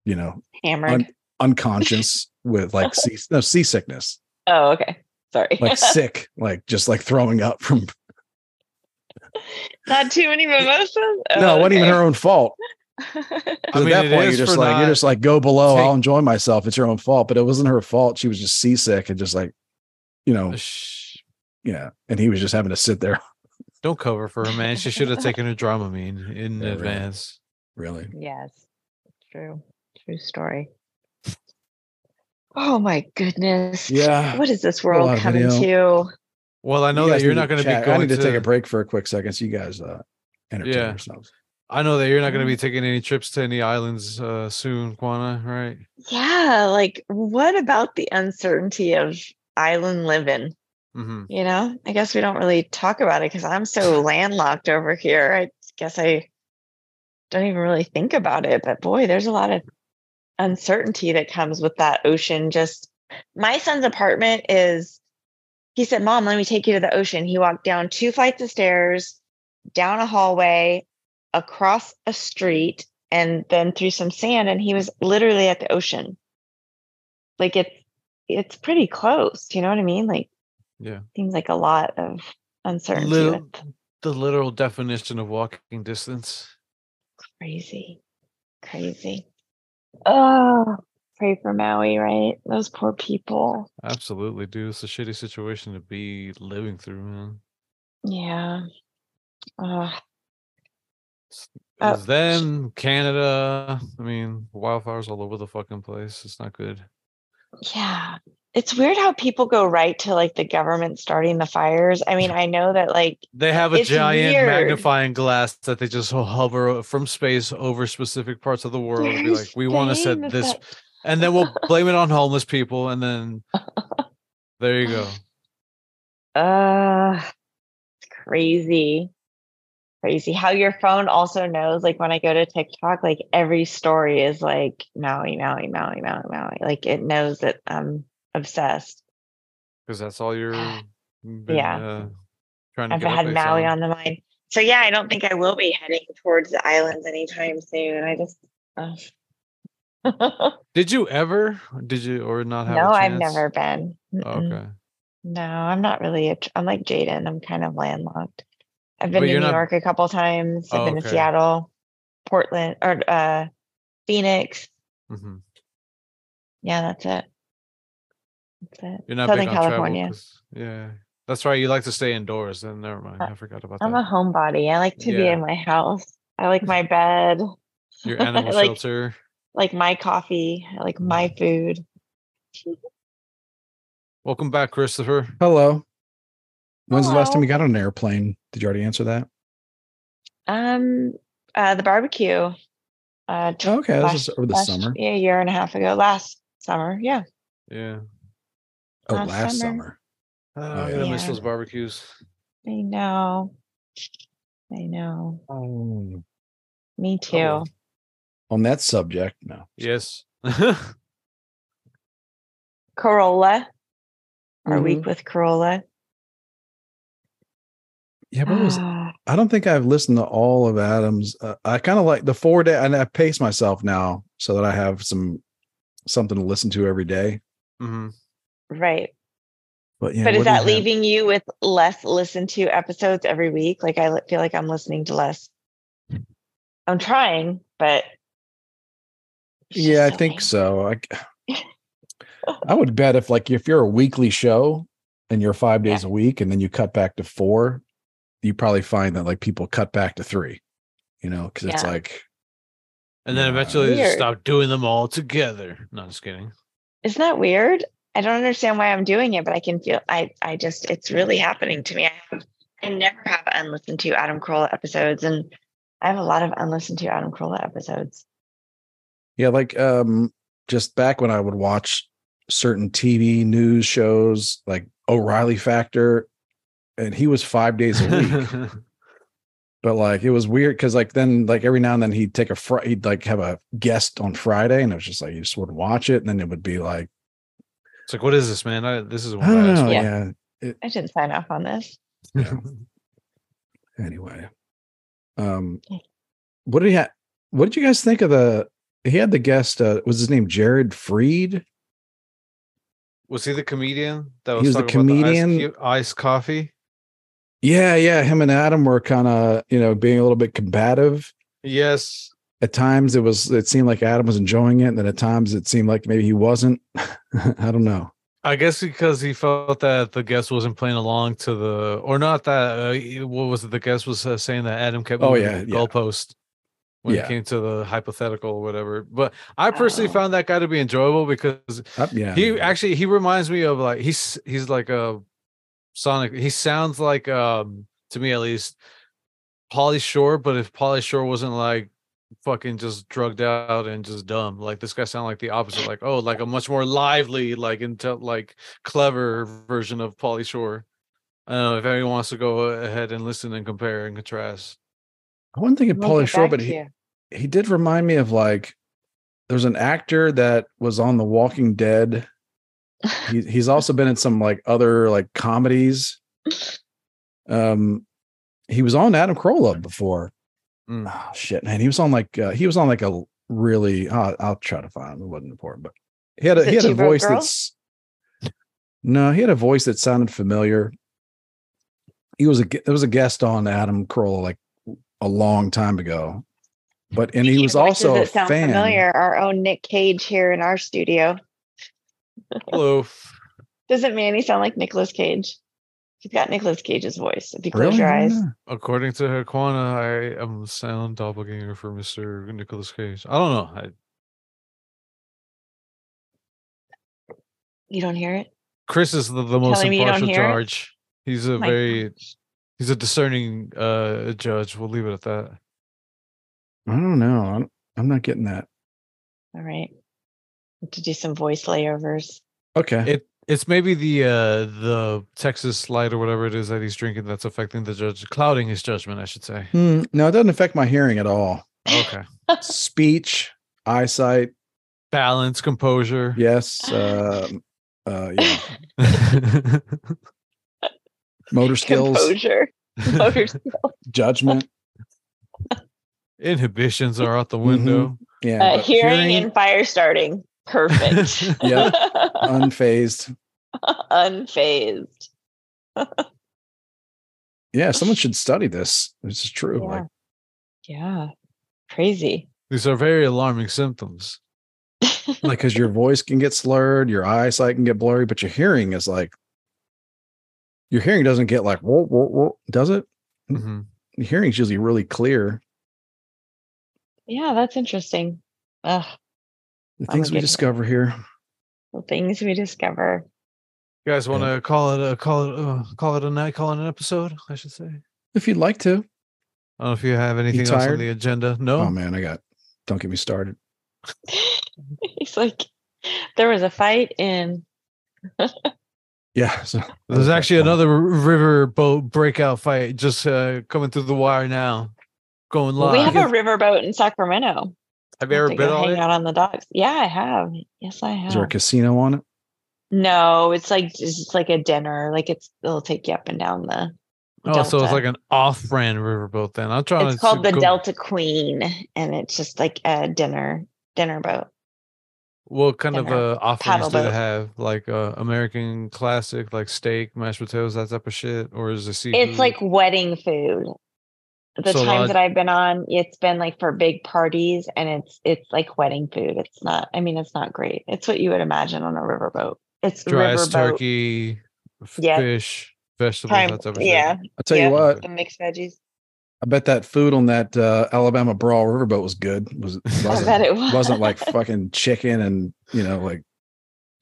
[SPEAKER 2] you know
[SPEAKER 3] hammered.
[SPEAKER 2] un- unconscious with like sea- no, seasickness
[SPEAKER 3] oh, okay. Sorry.
[SPEAKER 2] like sick like just like throwing up from
[SPEAKER 3] Not too many mimosas. Oh,
[SPEAKER 2] no, it wasn't even
[SPEAKER 3] okay.
[SPEAKER 2] her own fault. 'Cause
[SPEAKER 4] mean,
[SPEAKER 2] at
[SPEAKER 4] it
[SPEAKER 2] that point,
[SPEAKER 4] is
[SPEAKER 2] you're just
[SPEAKER 4] for
[SPEAKER 2] like you're
[SPEAKER 4] not
[SPEAKER 2] just like go below. I'll
[SPEAKER 4] take-
[SPEAKER 2] enjoy myself. It's your own fault, but it wasn't her fault. She was just seasick and just like, you know,
[SPEAKER 4] Shh.
[SPEAKER 2] yeah. And he was just having to sit there.
[SPEAKER 4] Don't cover for her, man. She should have taken a Dramamine in
[SPEAKER 2] Yeah, really.
[SPEAKER 4] advance.
[SPEAKER 2] Really,
[SPEAKER 3] Yes, true, true story. Oh my goodness!
[SPEAKER 2] yeah.
[SPEAKER 3] What is this
[SPEAKER 2] a lot
[SPEAKER 3] world
[SPEAKER 2] of
[SPEAKER 3] coming to?
[SPEAKER 4] Well, I know
[SPEAKER 2] You
[SPEAKER 4] that
[SPEAKER 2] guys
[SPEAKER 4] you're
[SPEAKER 2] need
[SPEAKER 4] not going to be
[SPEAKER 2] chat.
[SPEAKER 4] going
[SPEAKER 2] I need to, take a break for a quick second, so you guys uh, entertain
[SPEAKER 4] Yeah.
[SPEAKER 2] yourselves.
[SPEAKER 4] I know that you're not going to
[SPEAKER 3] Mhm.
[SPEAKER 2] Mm-hmm.
[SPEAKER 4] be taking any trips to any islands uh, soon, Kwana. Right?
[SPEAKER 3] Yeah, like what about the uncertainty of island living?
[SPEAKER 4] Mm-hmm.
[SPEAKER 3] You know, I guess we don't really talk about it because I'm so landlocked over here. I guess I don't even really think about it. But boy, there's a lot of uncertainty that comes with that ocean. Just my son's apartment is, he said, Mom, let me take you to the ocean. He walked down two flights of stairs, down a hallway, across a street, and then through some sand. And he was literally at the ocean. Like it's, it's pretty close. You know what I mean? Like,
[SPEAKER 4] Yeah.
[SPEAKER 3] seems like a lot of uncertainty.
[SPEAKER 4] Little,
[SPEAKER 3] with
[SPEAKER 4] the literal definition of walking distance.
[SPEAKER 3] crazy, crazy. Oh, pray for Maui, right? Those poor people.
[SPEAKER 4] Absolutely, dude. It's a shitty situation to be living through, man.
[SPEAKER 3] Yeah. Uh,
[SPEAKER 4] It
[SPEAKER 3] Uh,
[SPEAKER 4] was then Canada. I mean, wildfires all over the fucking place. It's not good.
[SPEAKER 3] yeah. It's weird how people go right to like the government starting the fires. I mean, I know that like
[SPEAKER 4] They have a
[SPEAKER 3] It's
[SPEAKER 4] giant
[SPEAKER 3] weird.
[SPEAKER 4] magnifying glass that they just hover o- from space over specific parts of the world. And be
[SPEAKER 3] there's
[SPEAKER 4] like, we want to
[SPEAKER 3] things
[SPEAKER 4] set this,
[SPEAKER 3] that-
[SPEAKER 4] and then we'll blame it on homeless people, and then there you go.
[SPEAKER 3] Uh, it's crazy. Crazy how your phone also knows. Like when I go to TikTok, like every story is like Maui, Maui, Maui, Maui, Maui. Like it knows that I'm obsessed.
[SPEAKER 4] Because that's all you're. Been,
[SPEAKER 3] Yeah.
[SPEAKER 4] uh, trying to
[SPEAKER 3] I've
[SPEAKER 4] get
[SPEAKER 3] had
[SPEAKER 4] updates
[SPEAKER 3] Maui on the mind. So yeah, I don't think I will be heading towards the islands anytime soon. I just uh,
[SPEAKER 4] Did you ever? Did you or not have? a
[SPEAKER 3] no, I've
[SPEAKER 4] chance? Oh,
[SPEAKER 3] never been. Mm-mm.
[SPEAKER 4] Okay.
[SPEAKER 3] No, I'm not really. A, tr- I'm like Jaden. I'm kind of landlocked. I've been to
[SPEAKER 4] But
[SPEAKER 3] New
[SPEAKER 4] you're not-
[SPEAKER 3] York a couple times. I've
[SPEAKER 4] Oh,
[SPEAKER 3] been to
[SPEAKER 4] okay.
[SPEAKER 3] Seattle, Portland, or uh, Phoenix.
[SPEAKER 4] hmm
[SPEAKER 3] Yeah, that's it. That's it.
[SPEAKER 4] You're not
[SPEAKER 3] Southern
[SPEAKER 4] big on travel,
[SPEAKER 3] California.
[SPEAKER 4] 'cause- yeah, that's right. You like to stay indoors. Then never mind. I forgot about
[SPEAKER 3] Uh, I'm a
[SPEAKER 4] that.
[SPEAKER 3] homebody. I like to be
[SPEAKER 4] Yeah.
[SPEAKER 3] in my house. I like my bed.
[SPEAKER 4] Your animal
[SPEAKER 3] Like-
[SPEAKER 4] shelter.
[SPEAKER 3] like my coffee, I like my
[SPEAKER 4] Mm.
[SPEAKER 3] food.
[SPEAKER 4] Welcome back, Christopher.
[SPEAKER 2] Hello. When's the last time
[SPEAKER 3] Hello.
[SPEAKER 2] you got on an airplane? Did you already answer that?
[SPEAKER 3] Um, uh, the barbecue. Uh, t-
[SPEAKER 2] Oh, okay, this
[SPEAKER 3] last-
[SPEAKER 2] is over the
[SPEAKER 3] last-
[SPEAKER 2] summer.
[SPEAKER 3] Yeah, a year and a half ago, last summer. Yeah,
[SPEAKER 4] Yeah.
[SPEAKER 2] Oh,
[SPEAKER 3] last
[SPEAKER 2] last
[SPEAKER 3] summer.
[SPEAKER 2] summer.
[SPEAKER 4] Oh,
[SPEAKER 2] Oh,
[SPEAKER 4] I'm gonna miss
[SPEAKER 3] yeah.
[SPEAKER 4] those barbecues.
[SPEAKER 3] I know. I know.
[SPEAKER 2] Oh.
[SPEAKER 3] Me too.
[SPEAKER 4] well.
[SPEAKER 2] On that subject, no.
[SPEAKER 4] Yes. Mm-hmm. yeah.
[SPEAKER 3] Corolla. Our
[SPEAKER 2] Mhm.
[SPEAKER 3] week with Corolla.
[SPEAKER 2] Yeah, what was
[SPEAKER 3] Ah,
[SPEAKER 2] I don't think I've listened to all of Adam's. Uh, I kind of like the four day, and I pace myself now so that I have some something to listen to every day.
[SPEAKER 4] hmm
[SPEAKER 3] right.
[SPEAKER 2] But yeah,
[SPEAKER 3] but
[SPEAKER 2] what do
[SPEAKER 3] is
[SPEAKER 2] you
[SPEAKER 3] that
[SPEAKER 2] have?
[SPEAKER 3] leaving you with less listened to episodes every week? Like I li- feel like I'm listening to less. I'm trying, but it's just
[SPEAKER 2] Yeah, I
[SPEAKER 3] so
[SPEAKER 2] think
[SPEAKER 3] lame.
[SPEAKER 2] so. I, I would bet if like if you're a weekly show and you're five days a week, and then you cut back to four, you probably find that like people cut back to three. You know, because it's
[SPEAKER 3] Yeah.
[SPEAKER 2] like
[SPEAKER 4] And then
[SPEAKER 2] Yeah.
[SPEAKER 4] eventually they just
[SPEAKER 3] Weird.
[SPEAKER 4] stop doing them all together. No, just kidding.
[SPEAKER 3] Isn't that weird? I don't understand why I'm doing it, but I can feel I I just it's really happening to me. I have I never have unlistened to Adam Carolla episodes and I have a lot of unlistened to Adam Carolla episodes.
[SPEAKER 2] Yeah, like um just back when I would watch certain TV news shows like O'Reilly Factor and he was 5 days a week. but like it was weird cuz like then like every now and then he'd take a fr- he'd like have a guest on Friday and it was just like you just would watch it and then it would be like
[SPEAKER 4] It's like, what is this, man? I, this is one
[SPEAKER 2] I don't
[SPEAKER 4] bad
[SPEAKER 2] know.
[SPEAKER 3] Yeah.
[SPEAKER 2] Yeah.
[SPEAKER 3] I didn't sign off on this.
[SPEAKER 2] Anyway. Um
[SPEAKER 3] Okay.
[SPEAKER 2] what did he ha- what did you guys think of the he had the guest uh was his name Jared Freed?
[SPEAKER 4] Was he the comedian that
[SPEAKER 2] He
[SPEAKER 4] was,
[SPEAKER 2] was the
[SPEAKER 4] talking about the
[SPEAKER 2] comedian.
[SPEAKER 4] ice, cu- ice coffee?
[SPEAKER 2] Yeah, yeah, him and Adam were kind of, you know, being a little bit combative.
[SPEAKER 4] Yes.
[SPEAKER 2] at times it was it seemed like adam was enjoying it and then at times it seemed like maybe he wasn't i don't know
[SPEAKER 4] I guess because he felt that the guest wasn't playing along to the, or not that, uh, he- what was it? The guest was uh, saying that Adam kept
[SPEAKER 2] Oh,
[SPEAKER 4] moving
[SPEAKER 2] yeah,
[SPEAKER 4] the
[SPEAKER 2] yeah.
[SPEAKER 4] goalpost when
[SPEAKER 2] Yeah.
[SPEAKER 4] it came to the hypothetical or whatever. But I personally
[SPEAKER 3] Oh.
[SPEAKER 4] found that guy to be enjoyable because
[SPEAKER 2] Uh, yeah
[SPEAKER 4] he actually he reminds me of like he's he's like a sonic he sounds like um to me at least polly shore but if polly shore wasn't like fucking just drugged out and just dumb like this guy sounded like the opposite like oh like a much more lively like intel like clever version of polly shore i don't know if anyone wants to go ahead and listen and compare and contrast
[SPEAKER 2] i wasn't thinking
[SPEAKER 3] We'll
[SPEAKER 2] paulie
[SPEAKER 3] get
[SPEAKER 2] shore
[SPEAKER 3] back
[SPEAKER 2] but
[SPEAKER 3] to
[SPEAKER 2] he,
[SPEAKER 3] you.
[SPEAKER 2] he did remind me of like there's an actor that was on the walking dead he, he's also been in some like other like comedies um he was on adam carolla before
[SPEAKER 4] Mm.
[SPEAKER 2] oh shit man he was on like uh, he was on like a really uh, i'll try to find him it wasn't important but he had a
[SPEAKER 3] Is it
[SPEAKER 2] he had a
[SPEAKER 3] Two Broke
[SPEAKER 2] voice
[SPEAKER 3] Girl?
[SPEAKER 2] that's no he had a voice that sounded familiar he was a gu- there was a guest on adam carolla like a long time ago but and he
[SPEAKER 3] Speaking
[SPEAKER 2] was
[SPEAKER 3] of voices
[SPEAKER 2] also a
[SPEAKER 3] that sound
[SPEAKER 2] fan
[SPEAKER 3] familiar. Our own Nick Cage here in our studio.
[SPEAKER 4] hello
[SPEAKER 3] Doesn't Manny sound like Nicolas Cage? He's got Nicolas Cage's voice. If you close
[SPEAKER 2] Really?
[SPEAKER 3] your
[SPEAKER 2] I
[SPEAKER 3] eyes,
[SPEAKER 2] don't know.
[SPEAKER 4] according to Hakwana, i am the sound doppelganger for mr nicholas cage i don't know I,
[SPEAKER 3] you don't hear it.
[SPEAKER 4] Chris is the, the most
[SPEAKER 3] Telling me you don't
[SPEAKER 4] impartial
[SPEAKER 3] hear it? Oh
[SPEAKER 4] judge. He's a
[SPEAKER 3] My
[SPEAKER 4] very he's a discerning uh judge. We'll leave it at that.
[SPEAKER 2] I don't know. I'm, I'm not getting that.
[SPEAKER 3] All right. Have to do some voice layovers.
[SPEAKER 2] Okay.
[SPEAKER 4] It it's maybe the uh the Texas light or whatever it is that he's drinking that's affecting the judge, clouding his judgment, I should say.
[SPEAKER 2] Hmm, no, it doesn't affect my hearing at all.
[SPEAKER 4] Okay.
[SPEAKER 2] Speech, eyesight,
[SPEAKER 4] Balance, composure.
[SPEAKER 2] yes. Uh, uh, yeah.
[SPEAKER 4] Yeah.
[SPEAKER 2] Motor skills,
[SPEAKER 3] Composure. Motor
[SPEAKER 2] judgment.
[SPEAKER 4] Inhibitions are out the
[SPEAKER 2] Mm-hmm.
[SPEAKER 4] window.
[SPEAKER 2] Yeah.
[SPEAKER 3] Uh,
[SPEAKER 2] but
[SPEAKER 3] hearing, and fire starting. Perfect.
[SPEAKER 2] Yeah. unfazed.
[SPEAKER 3] Unfazed.
[SPEAKER 2] Yeah. Someone should study this. This is true.
[SPEAKER 3] Yeah.
[SPEAKER 2] Like,
[SPEAKER 3] Yeah. Crazy.
[SPEAKER 4] These are very alarming symptoms.
[SPEAKER 2] like, cause your voice can get slurred, your eyesight can get blurry, but your hearing is like, your hearing doesn't get like, whoa, whoa, whoa, does it?
[SPEAKER 4] Mhm.
[SPEAKER 2] Your hearing's usually really clear.
[SPEAKER 3] Yeah, that's interesting. Ugh,
[SPEAKER 2] The
[SPEAKER 3] I'm
[SPEAKER 2] things we
[SPEAKER 3] getting it.
[SPEAKER 2] discover here.
[SPEAKER 3] the things we discover.
[SPEAKER 4] You guys want to call it a call it uh, call it a night, call it an episode, I should say.
[SPEAKER 2] If you'd like to.
[SPEAKER 4] I don't know if you have anything else on
[SPEAKER 2] tired?
[SPEAKER 4] the agenda. No.
[SPEAKER 2] Oh man, I got don't get me started.
[SPEAKER 3] He's like, there was a fight in
[SPEAKER 2] Yeah. So
[SPEAKER 4] There's
[SPEAKER 2] Okay,
[SPEAKER 4] actually
[SPEAKER 2] fine.
[SPEAKER 4] another r- river boat breakout fight just uh, coming through the wire now, going
[SPEAKER 3] Well,
[SPEAKER 4] live.
[SPEAKER 3] we have a riverboat in Sacramento.
[SPEAKER 4] Have
[SPEAKER 3] I
[SPEAKER 4] you
[SPEAKER 3] have
[SPEAKER 4] ever
[SPEAKER 3] to
[SPEAKER 4] been
[SPEAKER 3] go
[SPEAKER 4] on
[SPEAKER 3] hang
[SPEAKER 4] it?
[SPEAKER 3] out on the docks. Yeah, I have. Yes, I
[SPEAKER 2] is there a
[SPEAKER 3] have.
[SPEAKER 2] casino on it?
[SPEAKER 3] No, it's like it's just like a dinner. Like it's it'll take you up and down the.
[SPEAKER 4] Oh, so it's
[SPEAKER 3] Delta.
[SPEAKER 4] like an off-brand riverboat. Then I'm trying.
[SPEAKER 3] It's
[SPEAKER 4] to
[SPEAKER 3] called the
[SPEAKER 4] go-
[SPEAKER 3] Delta Queen, and it's just like a dinner dinner boat.
[SPEAKER 4] What kind of
[SPEAKER 3] dinner
[SPEAKER 4] uh, offerings
[SPEAKER 3] paddle
[SPEAKER 4] do they
[SPEAKER 3] boat.
[SPEAKER 4] have? Like uh, American classic, like steak, mashed potatoes, that type of shit, or is it seafood?
[SPEAKER 3] It's like wedding food. The
[SPEAKER 4] Mm-hmm. So,
[SPEAKER 3] times
[SPEAKER 4] uh,
[SPEAKER 3] that I've been on, it's been like for big parties, and it's it's like wedding food. It's not. I mean, it's not great. It's what you would imagine on a riverboat. It's
[SPEAKER 4] dry as
[SPEAKER 3] riverboat.
[SPEAKER 4] turkey, f-
[SPEAKER 3] Yeah.
[SPEAKER 4] fish, vegetables,
[SPEAKER 3] Prime-
[SPEAKER 4] that type of shit.
[SPEAKER 3] yeah,
[SPEAKER 2] I'll tell
[SPEAKER 3] Yeah.
[SPEAKER 2] you what,
[SPEAKER 3] the mixed veggies.
[SPEAKER 2] I bet that food on that uh, Alabama Brawl riverboat was good. Was
[SPEAKER 3] I
[SPEAKER 2] wasn't,
[SPEAKER 3] bet it was.
[SPEAKER 2] wasn't like fucking chicken and you know like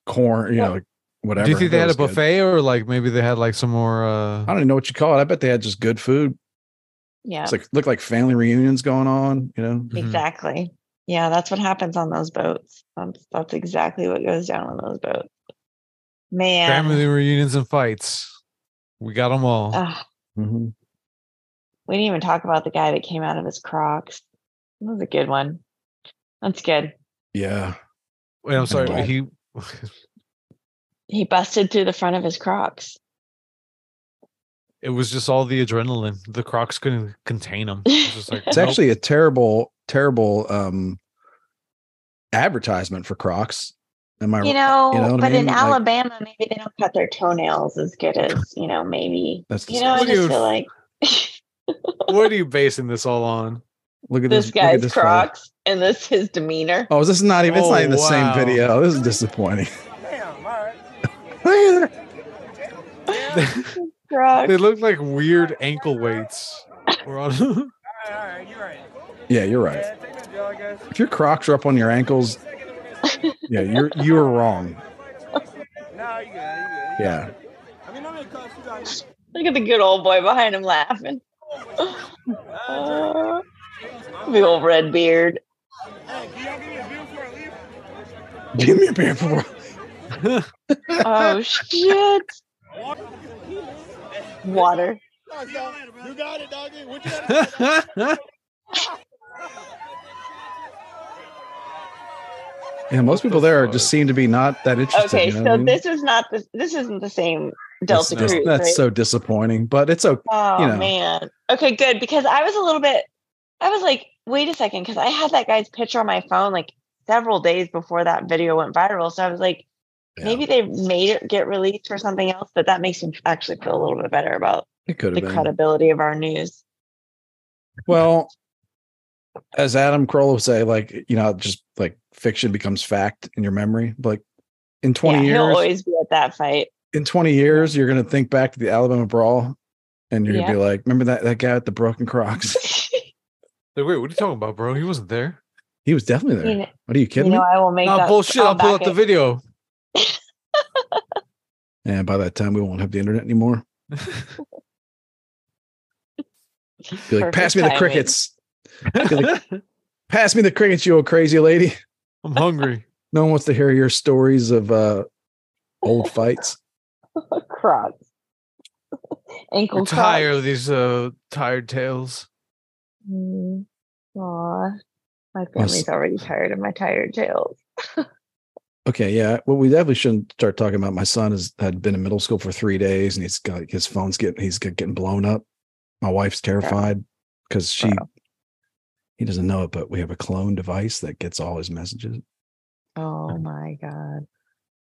[SPEAKER 2] corn, you know, like whatever.
[SPEAKER 4] Do you think they
[SPEAKER 2] It
[SPEAKER 4] had a
[SPEAKER 2] was good.
[SPEAKER 4] buffet, or like maybe they had like some more? uh
[SPEAKER 2] I don't even know what you call it. I bet they had just good food.
[SPEAKER 3] yeah,
[SPEAKER 2] It's like looked like family reunions going on. You know,
[SPEAKER 4] mhm.
[SPEAKER 3] exactly. Yeah, that's what happens on those boats. That's, that's exactly what goes down on those boats. Man,
[SPEAKER 4] Family reunions and fights. We got them all.
[SPEAKER 3] ugh,
[SPEAKER 4] Mm-hmm.
[SPEAKER 2] Mhm.
[SPEAKER 3] we didn't even talk about the guy that came out of his Crocs. That was a good one. That's good.
[SPEAKER 2] yeah.
[SPEAKER 4] Wait, I'm sorry.
[SPEAKER 3] Yeah.
[SPEAKER 4] He
[SPEAKER 3] He busted through the front of his Crocs.
[SPEAKER 4] it was just all the adrenaline. The Crocs couldn't contain him. just like,
[SPEAKER 2] It's
[SPEAKER 4] nope.
[SPEAKER 2] actually a terrible, terrible um advertisement for Crocs. Am I?
[SPEAKER 3] You
[SPEAKER 2] right?
[SPEAKER 3] know,
[SPEAKER 2] you know what I
[SPEAKER 3] but
[SPEAKER 2] mean?
[SPEAKER 3] in
[SPEAKER 2] Like-
[SPEAKER 3] Alabama, maybe they don't cut their toenails as good as you know. Maybe
[SPEAKER 2] That's
[SPEAKER 3] you know. I
[SPEAKER 4] disgusting.
[SPEAKER 3] just feel
[SPEAKER 4] Dude.
[SPEAKER 3] like
[SPEAKER 4] what are you basing this all on?
[SPEAKER 2] look at
[SPEAKER 3] this
[SPEAKER 2] look at
[SPEAKER 3] guy's
[SPEAKER 2] this photo.
[SPEAKER 3] Crocs and this his demeanor.
[SPEAKER 2] Oh, this is not even. It's
[SPEAKER 4] Oh,
[SPEAKER 2] not even the same
[SPEAKER 4] wow.
[SPEAKER 2] video. This is disappointing. Look at it.
[SPEAKER 3] Crocs.
[SPEAKER 4] they look like weird ankle weights. We're on.
[SPEAKER 2] yeah, you're right. If your Crocs are up on your ankles, yeah, you're you were wrong. Yeah,
[SPEAKER 3] Look at the good old boy behind him laughing. Uh, the old red beard.
[SPEAKER 2] give me a beer for.
[SPEAKER 3] Oh shit. Water.
[SPEAKER 7] You got it, doggy. What you got?
[SPEAKER 2] Yeah, most people there just seem to be not that interested.
[SPEAKER 3] Okay,
[SPEAKER 2] you know
[SPEAKER 3] so
[SPEAKER 2] what I mean?
[SPEAKER 3] this is not the this isn't the same
[SPEAKER 2] That's
[SPEAKER 3] Delta
[SPEAKER 2] dis-
[SPEAKER 3] Cruise.
[SPEAKER 2] That's
[SPEAKER 3] right?
[SPEAKER 2] so disappointing, but it's okay.
[SPEAKER 3] oh
[SPEAKER 2] you know.
[SPEAKER 3] man. Okay, good. Because I was a little bit I was like, wait a second, because I had that guy's picture on my phone like several days before that video went viral. So I was like,
[SPEAKER 2] Yeah.
[SPEAKER 3] maybe they made it get released for something else, but that makes me actually feel a little bit better about
[SPEAKER 2] It could
[SPEAKER 3] the
[SPEAKER 2] have been.
[SPEAKER 3] credibility of our news.
[SPEAKER 2] Well, as Adam Kroll would say, like you know, just like fiction becomes fact in your memory. Like in twenty
[SPEAKER 3] yeah,
[SPEAKER 2] years,
[SPEAKER 3] He'll always be at that fight.
[SPEAKER 2] in twenty years, you're gonna think back to the Alabama brawl, and you're gonna be like, remember that that guy with the broken Crocs?
[SPEAKER 4] Like, wait, what are you talking about, bro? He wasn't there.
[SPEAKER 2] He was definitely there.
[SPEAKER 3] you know,
[SPEAKER 2] What are you
[SPEAKER 3] you
[SPEAKER 2] kidding
[SPEAKER 3] know
[SPEAKER 2] me?
[SPEAKER 3] I will make
[SPEAKER 4] Nah,
[SPEAKER 3] that
[SPEAKER 4] bullshit. I'll pull out the
[SPEAKER 3] video.
[SPEAKER 4] video.
[SPEAKER 2] And by that time, we won't have the internet anymore. Be like, pass me the crickets. Be like, pass me the crickets, you old crazy lady.
[SPEAKER 4] I'm hungry.
[SPEAKER 2] No one wants to hear your stories of uh old fights.
[SPEAKER 3] Crocs. Ankle
[SPEAKER 4] I'm tired of these uh, tired tales.
[SPEAKER 3] Mm. Aw. My family's
[SPEAKER 2] s-
[SPEAKER 3] already tired of my tired tails.
[SPEAKER 2] Okay, yeah. What we definitely shouldn't start talking about. My son has had been in middle school for three days, and he's got like, his phone's getting he's get- getting blown up. My wife's terrified because she he doesn't know it, but we have a clone device that gets all his messages.
[SPEAKER 3] Oh my god.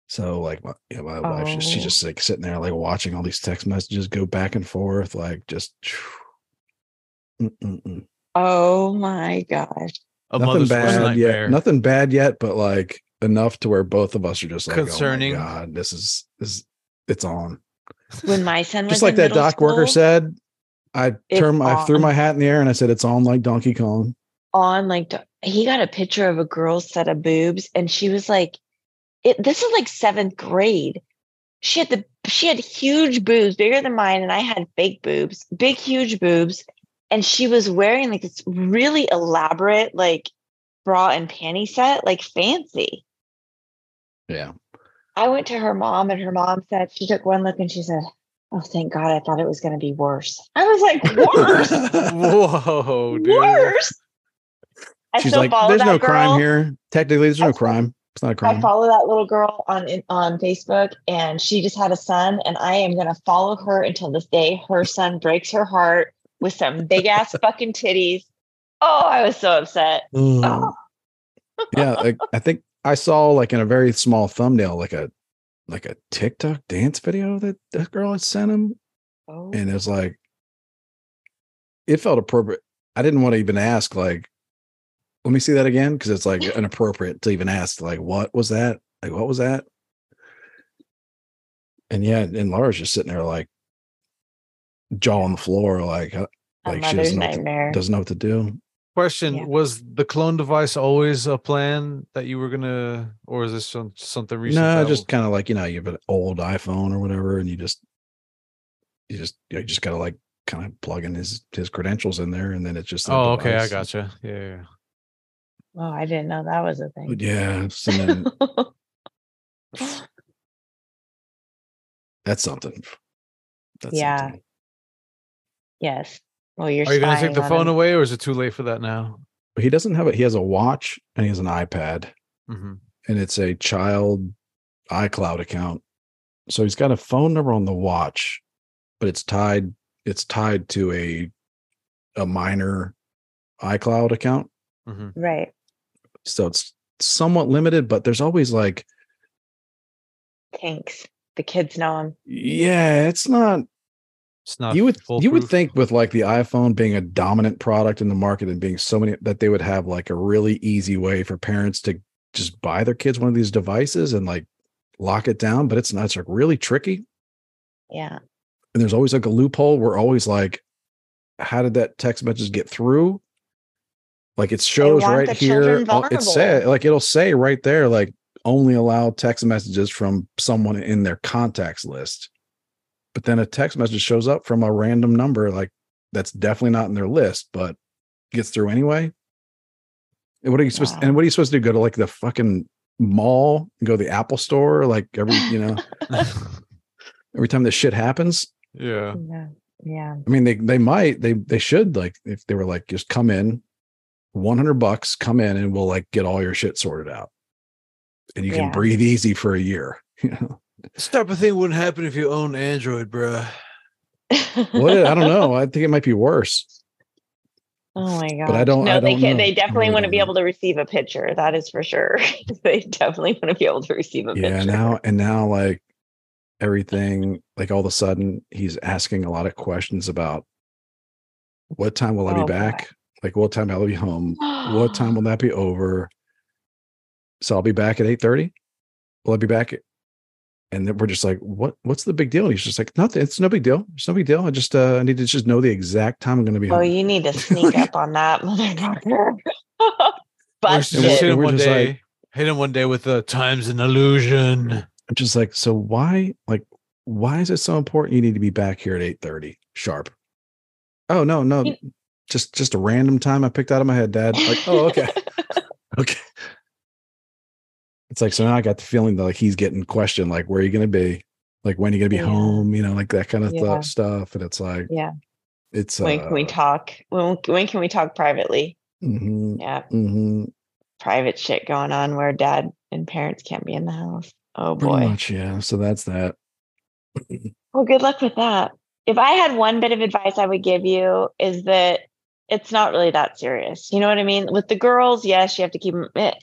[SPEAKER 2] So like my yeah, my wife she's,
[SPEAKER 3] Oh.
[SPEAKER 2] she's just like sitting there like watching all these text messages go back and forth like just Mm-mm-mm.
[SPEAKER 3] Oh my gosh.
[SPEAKER 4] A
[SPEAKER 2] nothing
[SPEAKER 4] mother's worst
[SPEAKER 2] bad
[SPEAKER 4] nightmare.
[SPEAKER 2] yet nothing bad yet but like enough to where both of us are just like
[SPEAKER 4] Concerning.
[SPEAKER 2] oh my god this is this is- it's on
[SPEAKER 3] When my son was
[SPEAKER 2] just like
[SPEAKER 3] in
[SPEAKER 2] that
[SPEAKER 3] middle
[SPEAKER 2] dock worker
[SPEAKER 3] school,
[SPEAKER 2] said I
[SPEAKER 3] It's
[SPEAKER 2] turned my I threw
[SPEAKER 3] on.
[SPEAKER 2] my hat in the air and I said it's on like Donkey Kong
[SPEAKER 3] on like he got a picture of a girl's set of boobs and she was like it, this is like seventh grade she had the she had huge boobs bigger than mine and i had big boobs big huge boobs and she was wearing like this really elaborate like bra and panty set like fancy
[SPEAKER 2] Yeah.
[SPEAKER 3] i went to her mom and her mom said she took one look and she said oh thank god i thought it was going to be worse i was like worse
[SPEAKER 4] Whoa, dude.
[SPEAKER 3] worse I
[SPEAKER 2] She's
[SPEAKER 3] still
[SPEAKER 2] like,
[SPEAKER 3] follow
[SPEAKER 2] there's
[SPEAKER 3] that
[SPEAKER 2] no
[SPEAKER 3] girl.
[SPEAKER 2] crime here. Technically, there's no crime. It's not a
[SPEAKER 3] I
[SPEAKER 2] crime.
[SPEAKER 3] follow that little girl on in- on Facebook, and she just had a son, and I am gonna follow her until this day her son breaks her heart with some big ass fucking titties. Oh, I was so upset.
[SPEAKER 2] Mm.
[SPEAKER 3] Oh,
[SPEAKER 2] yeah, like I think I saw like in a very small thumbnail, like a like a TikTok dance video that that girl had sent him,
[SPEAKER 3] oh.
[SPEAKER 2] and it was like it felt appropriate. I didn't want to even ask like, let me see that again because it's like inappropriate to even ask like what was that? Like what was that? And yeah, and Laura's just sitting there like jaw on the floor, like uh,
[SPEAKER 3] a
[SPEAKER 2] like she
[SPEAKER 3] mother's
[SPEAKER 2] doesn't know what to-
[SPEAKER 3] nightmare.
[SPEAKER 2] doesn't know what to do.
[SPEAKER 4] Question:
[SPEAKER 3] Yeah.
[SPEAKER 4] Was the clone device always a plan that you were gonna, or is this some, something recent?
[SPEAKER 2] No,
[SPEAKER 4] that
[SPEAKER 2] just kind of like you know, you have an old iPhone or whatever, and you just you just you just gotta like kind of plug in his his credentials in there, and then it's just
[SPEAKER 4] was-
[SPEAKER 2] that
[SPEAKER 4] Oh, okay, I
[SPEAKER 2] device.
[SPEAKER 4] gotcha. Yeah, yeah, yeah.
[SPEAKER 3] oh, I didn't know that was a thing.
[SPEAKER 2] But yeah, so then that's something. That's
[SPEAKER 3] Yeah.
[SPEAKER 2] something.
[SPEAKER 3] yes. Well, you're.
[SPEAKER 4] Are you gonna take
[SPEAKER 3] spying
[SPEAKER 4] the
[SPEAKER 3] on
[SPEAKER 4] phone
[SPEAKER 3] him.
[SPEAKER 4] away, or is it too late for that now?
[SPEAKER 2] But he doesn't have it. He has a watch and he has an iPad,
[SPEAKER 4] hmm
[SPEAKER 2] and it's a child iCloud account. So he's got a phone number on the watch, but it's tied. It's tied to a a minor iCloud account.
[SPEAKER 4] hmm
[SPEAKER 3] Right.
[SPEAKER 2] so it's somewhat limited but there's always like
[SPEAKER 3] Thanks. The kids know him.
[SPEAKER 2] yeah it's not
[SPEAKER 4] It's not.
[SPEAKER 2] you would you would
[SPEAKER 4] foolproof.
[SPEAKER 2] think with like the iphone being a dominant product in the market and being so many that they would have like a really easy way for parents to just buy their kids one of these devices and like lock it down but it's not it's like really tricky
[SPEAKER 3] Yeah.
[SPEAKER 2] and there's always like a loophole we're always like how did that text message get through like it shows
[SPEAKER 3] want
[SPEAKER 2] right
[SPEAKER 3] the
[SPEAKER 2] here
[SPEAKER 3] children
[SPEAKER 2] uh, it said like it'll say right there like only allow text messages from someone in their contacts list but then a text message shows up from a random number like that's definitely not in their list but gets through anyway and what are you supposed
[SPEAKER 3] Wow.
[SPEAKER 2] and what are you supposed to do go to like the fucking mall and go to the apple store like every you know every time this shit happens
[SPEAKER 4] yeah.
[SPEAKER 3] Yeah. Yeah.
[SPEAKER 2] I mean, they they might they they should like if they were like just come in, one hundred bucks, come in and we'll like get all your shit sorted out, and you can
[SPEAKER 3] Yeah.
[SPEAKER 2] breathe easy for a year. You know
[SPEAKER 4] This type of thing wouldn't happen if you own Android, bruh.
[SPEAKER 2] what? I don't know. I think it might be worse.
[SPEAKER 3] Oh my god!
[SPEAKER 2] But I don't-
[SPEAKER 3] No,
[SPEAKER 2] I
[SPEAKER 3] they
[SPEAKER 2] don't
[SPEAKER 3] can.
[SPEAKER 2] know. I
[SPEAKER 3] They definitely
[SPEAKER 2] really
[SPEAKER 3] want to
[SPEAKER 2] don't
[SPEAKER 3] be
[SPEAKER 2] know.
[SPEAKER 3] able to receive a picture. That is for sure. they definitely want to be able to receive a
[SPEAKER 2] Yeah.
[SPEAKER 3] picture.
[SPEAKER 2] Now and now, like everything, like all of a sudden, he's asking a lot of questions about what time will I
[SPEAKER 3] Oh,
[SPEAKER 2] be
[SPEAKER 3] boy.
[SPEAKER 2] back? Like what time I'll be home?
[SPEAKER 3] Ah.
[SPEAKER 2] what time will that be over? So I'll be back at eight thirty. Will I be back? at- And then we're just like, what? What's the big deal? And he's just like, nothing. It's no big deal. It's no big deal. I just uh, I need to just know the exact time I'm going to be
[SPEAKER 3] Oh,
[SPEAKER 2] home.
[SPEAKER 3] you need to sneak up on that motherfucker. But
[SPEAKER 4] Just hit
[SPEAKER 2] we're-
[SPEAKER 4] him
[SPEAKER 2] we're
[SPEAKER 4] one
[SPEAKER 2] just
[SPEAKER 4] day.
[SPEAKER 2] like-
[SPEAKER 4] hit him one day with the time's an illusion.
[SPEAKER 2] I'm just like, so why? Like, why is it so important? You need to be back here at eight thirty sharp. Oh no, no,
[SPEAKER 3] You-
[SPEAKER 2] just just a random time I picked out of my head, Dad. Like, oh okay, okay. It's like so now I got the feeling that like he's getting questioned, like where are you going to be, like when are you going to be
[SPEAKER 3] Yeah.
[SPEAKER 2] home, you know, like that kind of th-
[SPEAKER 3] Yeah.
[SPEAKER 2] stuff. And it's like,
[SPEAKER 3] Yeah.
[SPEAKER 2] it's uh,
[SPEAKER 3] when can we talk? When when can we talk privately?
[SPEAKER 2] hmm
[SPEAKER 3] Yeah, private shit going on where dad and parents can't be in the house. Oh
[SPEAKER 2] pretty
[SPEAKER 3] boy.
[SPEAKER 2] much, yeah. So that's that.
[SPEAKER 3] Well, Oh, good luck with that. If I had one bit of advice I would give you is that it's not really that serious. You know what I mean? With the girls, yes, you have to keep them. It,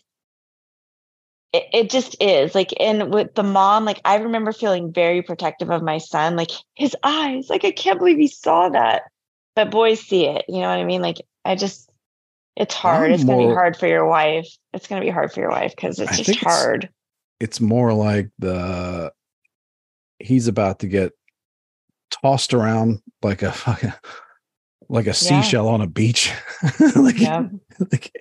[SPEAKER 3] it, it just is like, and with the mom, like I remember feeling very protective of my son, like his eyes, like I can't believe he saw that. But boys see it. You know what I mean? Like I just, it's hard.
[SPEAKER 2] I'm
[SPEAKER 3] it's gonna be
[SPEAKER 2] more-
[SPEAKER 3] hard for your wife. It's gonna be hard for your wife because it's
[SPEAKER 2] I
[SPEAKER 3] just
[SPEAKER 2] think it's-
[SPEAKER 3] hard.
[SPEAKER 2] it's more like the he's about to get tossed around like a fucking like a seashell on a beach. like,
[SPEAKER 3] Yeah.
[SPEAKER 2] like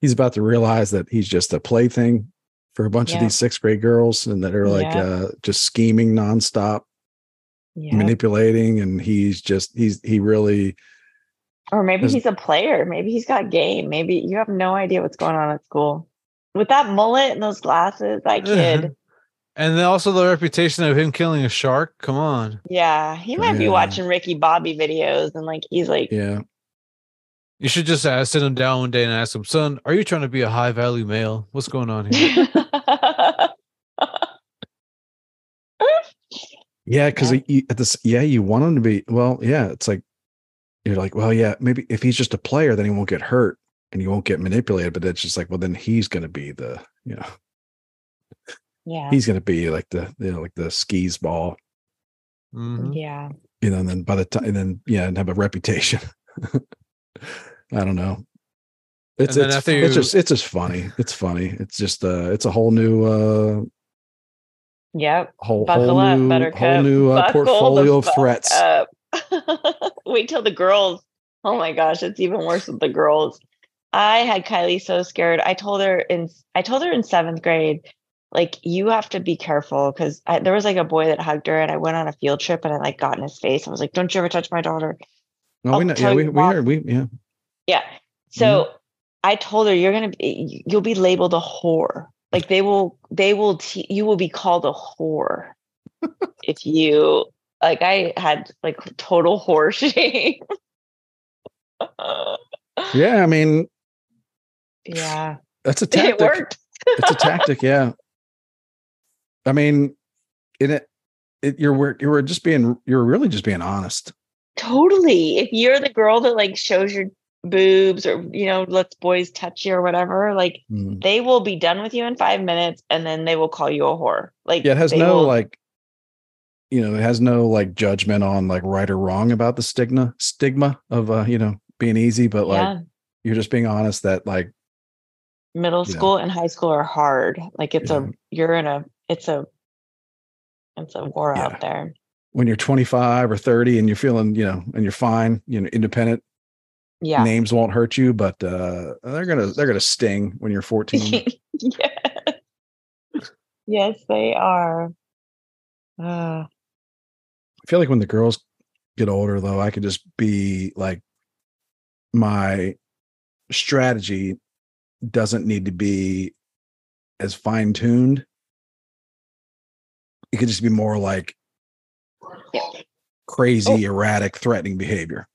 [SPEAKER 2] he's about to realize that he's just a plaything for a bunch of
[SPEAKER 3] Yeah.
[SPEAKER 2] these sixth grade girls and that are like
[SPEAKER 3] Yeah.
[SPEAKER 2] uh, just scheming nonstop,
[SPEAKER 3] Yeah.
[SPEAKER 2] manipulating. And he's just, he's, he really,
[SPEAKER 3] Or maybe
[SPEAKER 2] There's-
[SPEAKER 3] he's a player. Maybe he's got game. Maybe you have no idea what's going on at school. With that mullet and those glasses, that kid.
[SPEAKER 4] And then also the reputation of him killing a shark. Come on.
[SPEAKER 3] yeah, he might be
[SPEAKER 2] Yeah.
[SPEAKER 3] watching Ricky Bobby videos and like he's like,
[SPEAKER 2] yeah.
[SPEAKER 4] You should just ask, sit him down one day and ask him, son, are you trying to be a high value male? What's going on here?
[SPEAKER 2] Yeah. Cause
[SPEAKER 3] Yeah.
[SPEAKER 2] he- at this, yeah, you want him to be, well, yeah. It's like, you're like, well, yeah, maybe if he's just a player, then he won't get hurt and he won't get manipulated. But it's just like, well, then he's going to be the, you know,
[SPEAKER 3] yeah,
[SPEAKER 2] he's going to be like the, you know, like the skis ball,
[SPEAKER 4] Mhm.
[SPEAKER 3] yeah.
[SPEAKER 2] you know, and then by the time, and then, yeah, and have a reputation. I don't know. It's,
[SPEAKER 4] then
[SPEAKER 2] it's,
[SPEAKER 4] after
[SPEAKER 2] it's
[SPEAKER 4] you-
[SPEAKER 2] just, it's just funny. It's funny. It's just, uh, it's a whole new, uh,
[SPEAKER 3] Yep.
[SPEAKER 2] whole,
[SPEAKER 3] Buckle
[SPEAKER 2] whole
[SPEAKER 3] up,
[SPEAKER 2] new,
[SPEAKER 3] Buttercup.
[SPEAKER 2] whole new uh,
[SPEAKER 3] Buckle the
[SPEAKER 2] portfolio of
[SPEAKER 3] fuck
[SPEAKER 2] threats.
[SPEAKER 3] up. Wait till the girls. Oh my gosh, it's even worse with the girls. I had Kylie so scared. I told her in I told her in seventh grade, like you have to be careful because there was like a boy that hugged her, and I went on a field trip and I like got in his face. I was like, "Don't you ever touch my daughter."
[SPEAKER 2] No, Oh, we
[SPEAKER 3] I'll
[SPEAKER 2] know.
[SPEAKER 3] tell
[SPEAKER 2] Yeah, we,
[SPEAKER 3] you
[SPEAKER 2] we
[SPEAKER 3] what.
[SPEAKER 2] heard. We, yeah.
[SPEAKER 3] Yeah. So
[SPEAKER 2] Mm-hmm.
[SPEAKER 3] I told her you're gonna be you'll be labeled a whore. Like they will they will te- you will be called a whore if you like I had like total whore shame.
[SPEAKER 2] Yeah. I mean,
[SPEAKER 3] yeah.
[SPEAKER 2] that's a
[SPEAKER 3] It
[SPEAKER 2] tactic.
[SPEAKER 3] worked.
[SPEAKER 2] it's a tactic yeah i mean in it, it you're wor- you were just being you're really just being honest
[SPEAKER 3] Totally. If you're the girl that like shows your boobs or you know lets boys touch you or whatever, like
[SPEAKER 2] Mm.
[SPEAKER 3] they will be done with you in 5 minutes and then they will call you a whore. Like
[SPEAKER 2] yeah it has
[SPEAKER 3] they
[SPEAKER 2] no
[SPEAKER 3] will-
[SPEAKER 2] like you know it has no like judgment on like right or wrong about the stigma stigma of uh you know being easy but like
[SPEAKER 3] yeah.
[SPEAKER 2] you're just being honest that like
[SPEAKER 3] middle
[SPEAKER 2] Yeah. Mm-hmm.
[SPEAKER 3] school and high school are hard. Like it's a you're in a it's a it's a war
[SPEAKER 2] Yeah.
[SPEAKER 3] out there.
[SPEAKER 2] when you're 25 or 30 and you're feeling you know and you're fine you know independent
[SPEAKER 3] Yeah.
[SPEAKER 2] names won't hurt you but uh they're gonna they're gonna sting when you're 14
[SPEAKER 3] yes. yes, they are. Uh,
[SPEAKER 2] I feel like when the girls get older, though, I could just be like, my strategy doesn't need to be as fine tuned. It could just be more like
[SPEAKER 3] Yeah.
[SPEAKER 2] crazy, erratic, threatening behavior.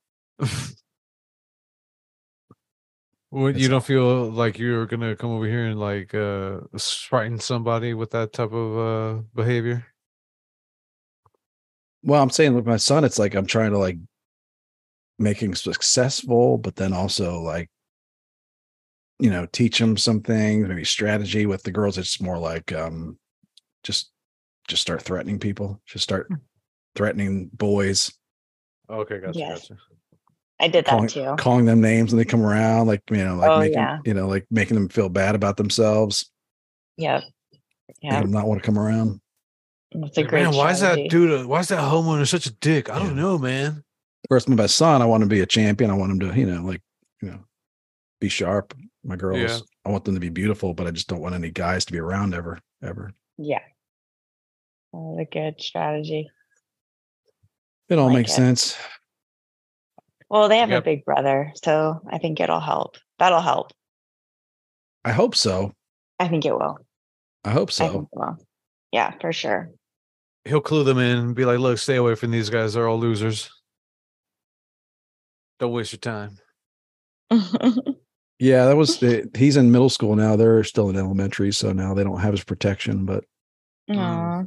[SPEAKER 4] Would-
[SPEAKER 2] That's-
[SPEAKER 4] you don't feel like you're gonna come over here and like uh frighten somebody with that type of uh behavior?
[SPEAKER 2] Well, I'm saying with my son, it's like I'm trying to like make him successful, but then also like, you know, teach him some things, maybe strategy with the girls. It's more like um just just start threatening people, just start
[SPEAKER 3] Hmm.
[SPEAKER 2] threatening boys,
[SPEAKER 4] Okay, gotcha,
[SPEAKER 3] Yes.
[SPEAKER 4] gotcha.
[SPEAKER 3] I did that
[SPEAKER 2] calling,
[SPEAKER 3] too.
[SPEAKER 2] calling them names when they come around, like you know, like
[SPEAKER 3] Oh,
[SPEAKER 2] making
[SPEAKER 3] yeah.
[SPEAKER 2] you know, like making them feel bad about themselves,
[SPEAKER 3] Yeah.
[SPEAKER 2] yeah.
[SPEAKER 3] Yeah.
[SPEAKER 2] them not want to come around.
[SPEAKER 3] That's a
[SPEAKER 4] Like,
[SPEAKER 3] great
[SPEAKER 4] man, why is that
[SPEAKER 3] strategy.
[SPEAKER 4] dude? A, why is that homeowner such a dick? I
[SPEAKER 2] Yeah.
[SPEAKER 4] don't know, man.
[SPEAKER 2] Whereas with my son, I want him to be a champion. I want him to, you know, like, you know, be sharp. My girls,
[SPEAKER 4] Yeah.
[SPEAKER 2] I want them to be beautiful, but I just don't want any guys to be around ever, ever.
[SPEAKER 3] Yeah. That's a good strategy.
[SPEAKER 2] It all
[SPEAKER 3] Like
[SPEAKER 2] makes
[SPEAKER 3] it.
[SPEAKER 2] sense.
[SPEAKER 3] Well, they have
[SPEAKER 4] Yep.
[SPEAKER 3] a big brother, so I think it'll help. That'll help.
[SPEAKER 2] I hope so.
[SPEAKER 3] I think it will.
[SPEAKER 2] I hope
[SPEAKER 3] I think
[SPEAKER 2] so.
[SPEAKER 3] it will. Yeah, for sure.
[SPEAKER 4] He'll clue them in and be like, "Look, stay away from these guys. They're all losers. Don't waste your time."
[SPEAKER 2] Mm. Yeah, that was the, he's in middle school now. They're still in elementary, so now they don't have his protection. But
[SPEAKER 3] Aw.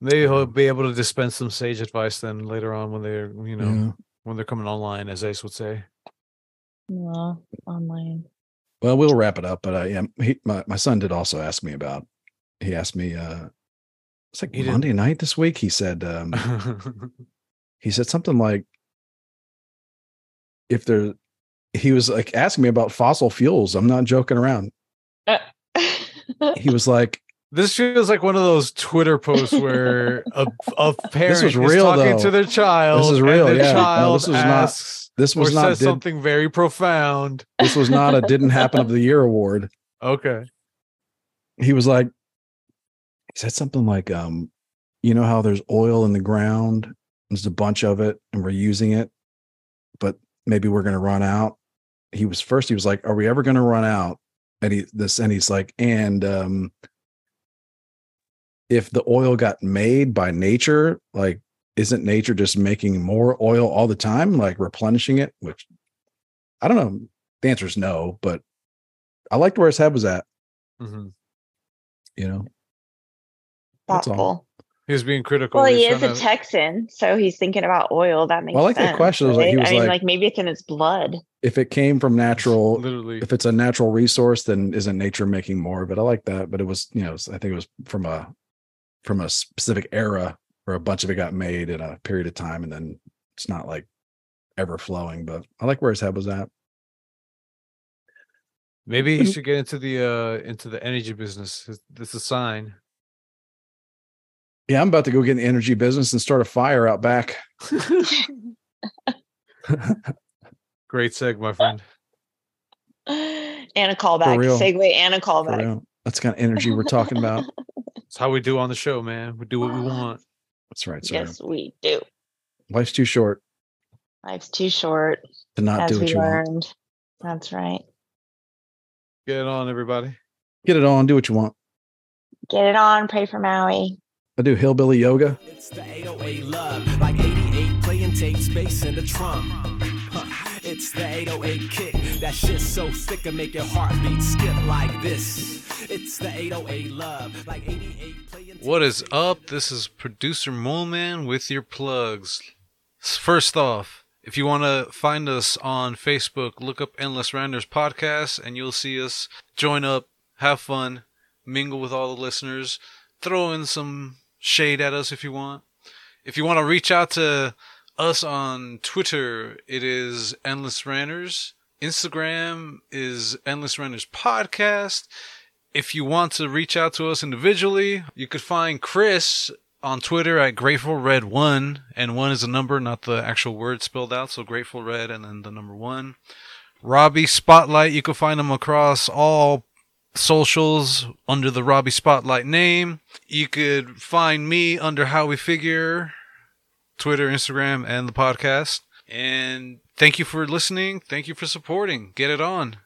[SPEAKER 4] Maybe he'll be able to dispense some sage advice then later on when they're, you
[SPEAKER 2] you
[SPEAKER 4] know,
[SPEAKER 2] know,
[SPEAKER 4] when they're coming online, as Ace would say.
[SPEAKER 3] Aw, online.
[SPEAKER 2] well, we'll wrap it up. But I am. He, my my son did also ask me about. He asked me. uh It's like
[SPEAKER 4] He did-
[SPEAKER 2] Monday night this week. He said. um
[SPEAKER 4] Mm-hmm.
[SPEAKER 2] he said something like if there he was like asking me about fossil fuels i'm not joking around he was like
[SPEAKER 4] This feels like one of those Twitter posts where a, a parent
[SPEAKER 2] was
[SPEAKER 4] is
[SPEAKER 2] real,
[SPEAKER 4] talking
[SPEAKER 2] though.
[SPEAKER 4] to their child.
[SPEAKER 2] is real,
[SPEAKER 4] And their
[SPEAKER 2] yeah. No,
[SPEAKER 4] child
[SPEAKER 2] this was not-
[SPEAKER 4] asks,
[SPEAKER 2] This
[SPEAKER 4] or
[SPEAKER 2] was not
[SPEAKER 4] says
[SPEAKER 2] did,
[SPEAKER 4] something very profound.
[SPEAKER 2] this was not a didn't happen of the year award.
[SPEAKER 4] Okay.
[SPEAKER 2] He was like, he said something like, um, you know how there's oil in the ground, there's a bunch of it, and we're using it, but maybe we're gonna run out. He was first, he was like, Are we ever gonna run out? And he this and he's like, and um if the oil got made by nature, like isn't nature just making more oil all the time, like replenishing it? Which I don't know. The answer is no, but I liked where his head was at,
[SPEAKER 4] hmm
[SPEAKER 2] you know. That's all.
[SPEAKER 3] Thoughtful.
[SPEAKER 4] He was being critical.
[SPEAKER 3] Well, he is
[SPEAKER 4] was
[SPEAKER 3] a
[SPEAKER 4] trying to-
[SPEAKER 3] Texan, so he's thinking about oil. That makes
[SPEAKER 2] Well, I like that
[SPEAKER 3] sense,
[SPEAKER 2] question. It was like- he
[SPEAKER 3] right?
[SPEAKER 2] was
[SPEAKER 3] I mean,
[SPEAKER 2] like-
[SPEAKER 3] like maybe it's in his blood.
[SPEAKER 2] If it came from natural,
[SPEAKER 4] Literally.
[SPEAKER 2] if it's a natural resource, then isn't nature making more of it? I like that, but it was, you know, I think it was from a from a specific era where a bunch of it got made in a period of time, and then it's not like ever flowing. But I like where his head was at.
[SPEAKER 4] Maybe he should get into the uh into the energy business. That's a sign.
[SPEAKER 2] Yeah, I'm about to go get in the energy business and start a fire out back.
[SPEAKER 4] Great seg, my friend.
[SPEAKER 3] And a callback,
[SPEAKER 2] real.
[SPEAKER 3] segue, and a
[SPEAKER 2] For
[SPEAKER 3] callback.
[SPEAKER 2] real. That's the kind of energy we're talking about.
[SPEAKER 4] It's how we do on the show, man. We do what we want.
[SPEAKER 2] That's right, sir.
[SPEAKER 3] Yes, we do.
[SPEAKER 2] Life's too short
[SPEAKER 3] Life's too short,
[SPEAKER 2] to not
[SPEAKER 3] as
[SPEAKER 2] do what
[SPEAKER 3] we
[SPEAKER 2] you want.
[SPEAKER 3] learned. That's right.
[SPEAKER 4] Get it on, everybody.
[SPEAKER 2] Get it on, do what you want.
[SPEAKER 3] Get it on. Pray for Maui.
[SPEAKER 2] I do hillbilly yoga.
[SPEAKER 8] It's the 808 love, like 88 playing tape space in the trunk. Huh. It's the 808 kick, that shit's so thick it make your heartbeat skip like this. It's the 808 love, like 88 playing tape
[SPEAKER 4] What is up? This is producer Moleman with your plugs. First off, if you want to find us on Facebook, look up Endless Rounders Podcast and you'll see us. Join up, have fun, mingle with all the listeners, throw in some shade at us if you want. If you want to reach out to us on Twitter, it is Endless Randers. Instagram is Endless Randers Podcast. If you want to reach out to us individually, you could find Chris on Twitter at Grateful Red One, and one is a number, not the actual word spelled out. So Grateful Red, and then the number one. Robbie Spotlight, you can find him across all socials under the Robbie Spotlight name. You could find me under How We Figure, Twitter, Instagram, and the podcast. And thank you for listening. Thank you for supporting. Get it on.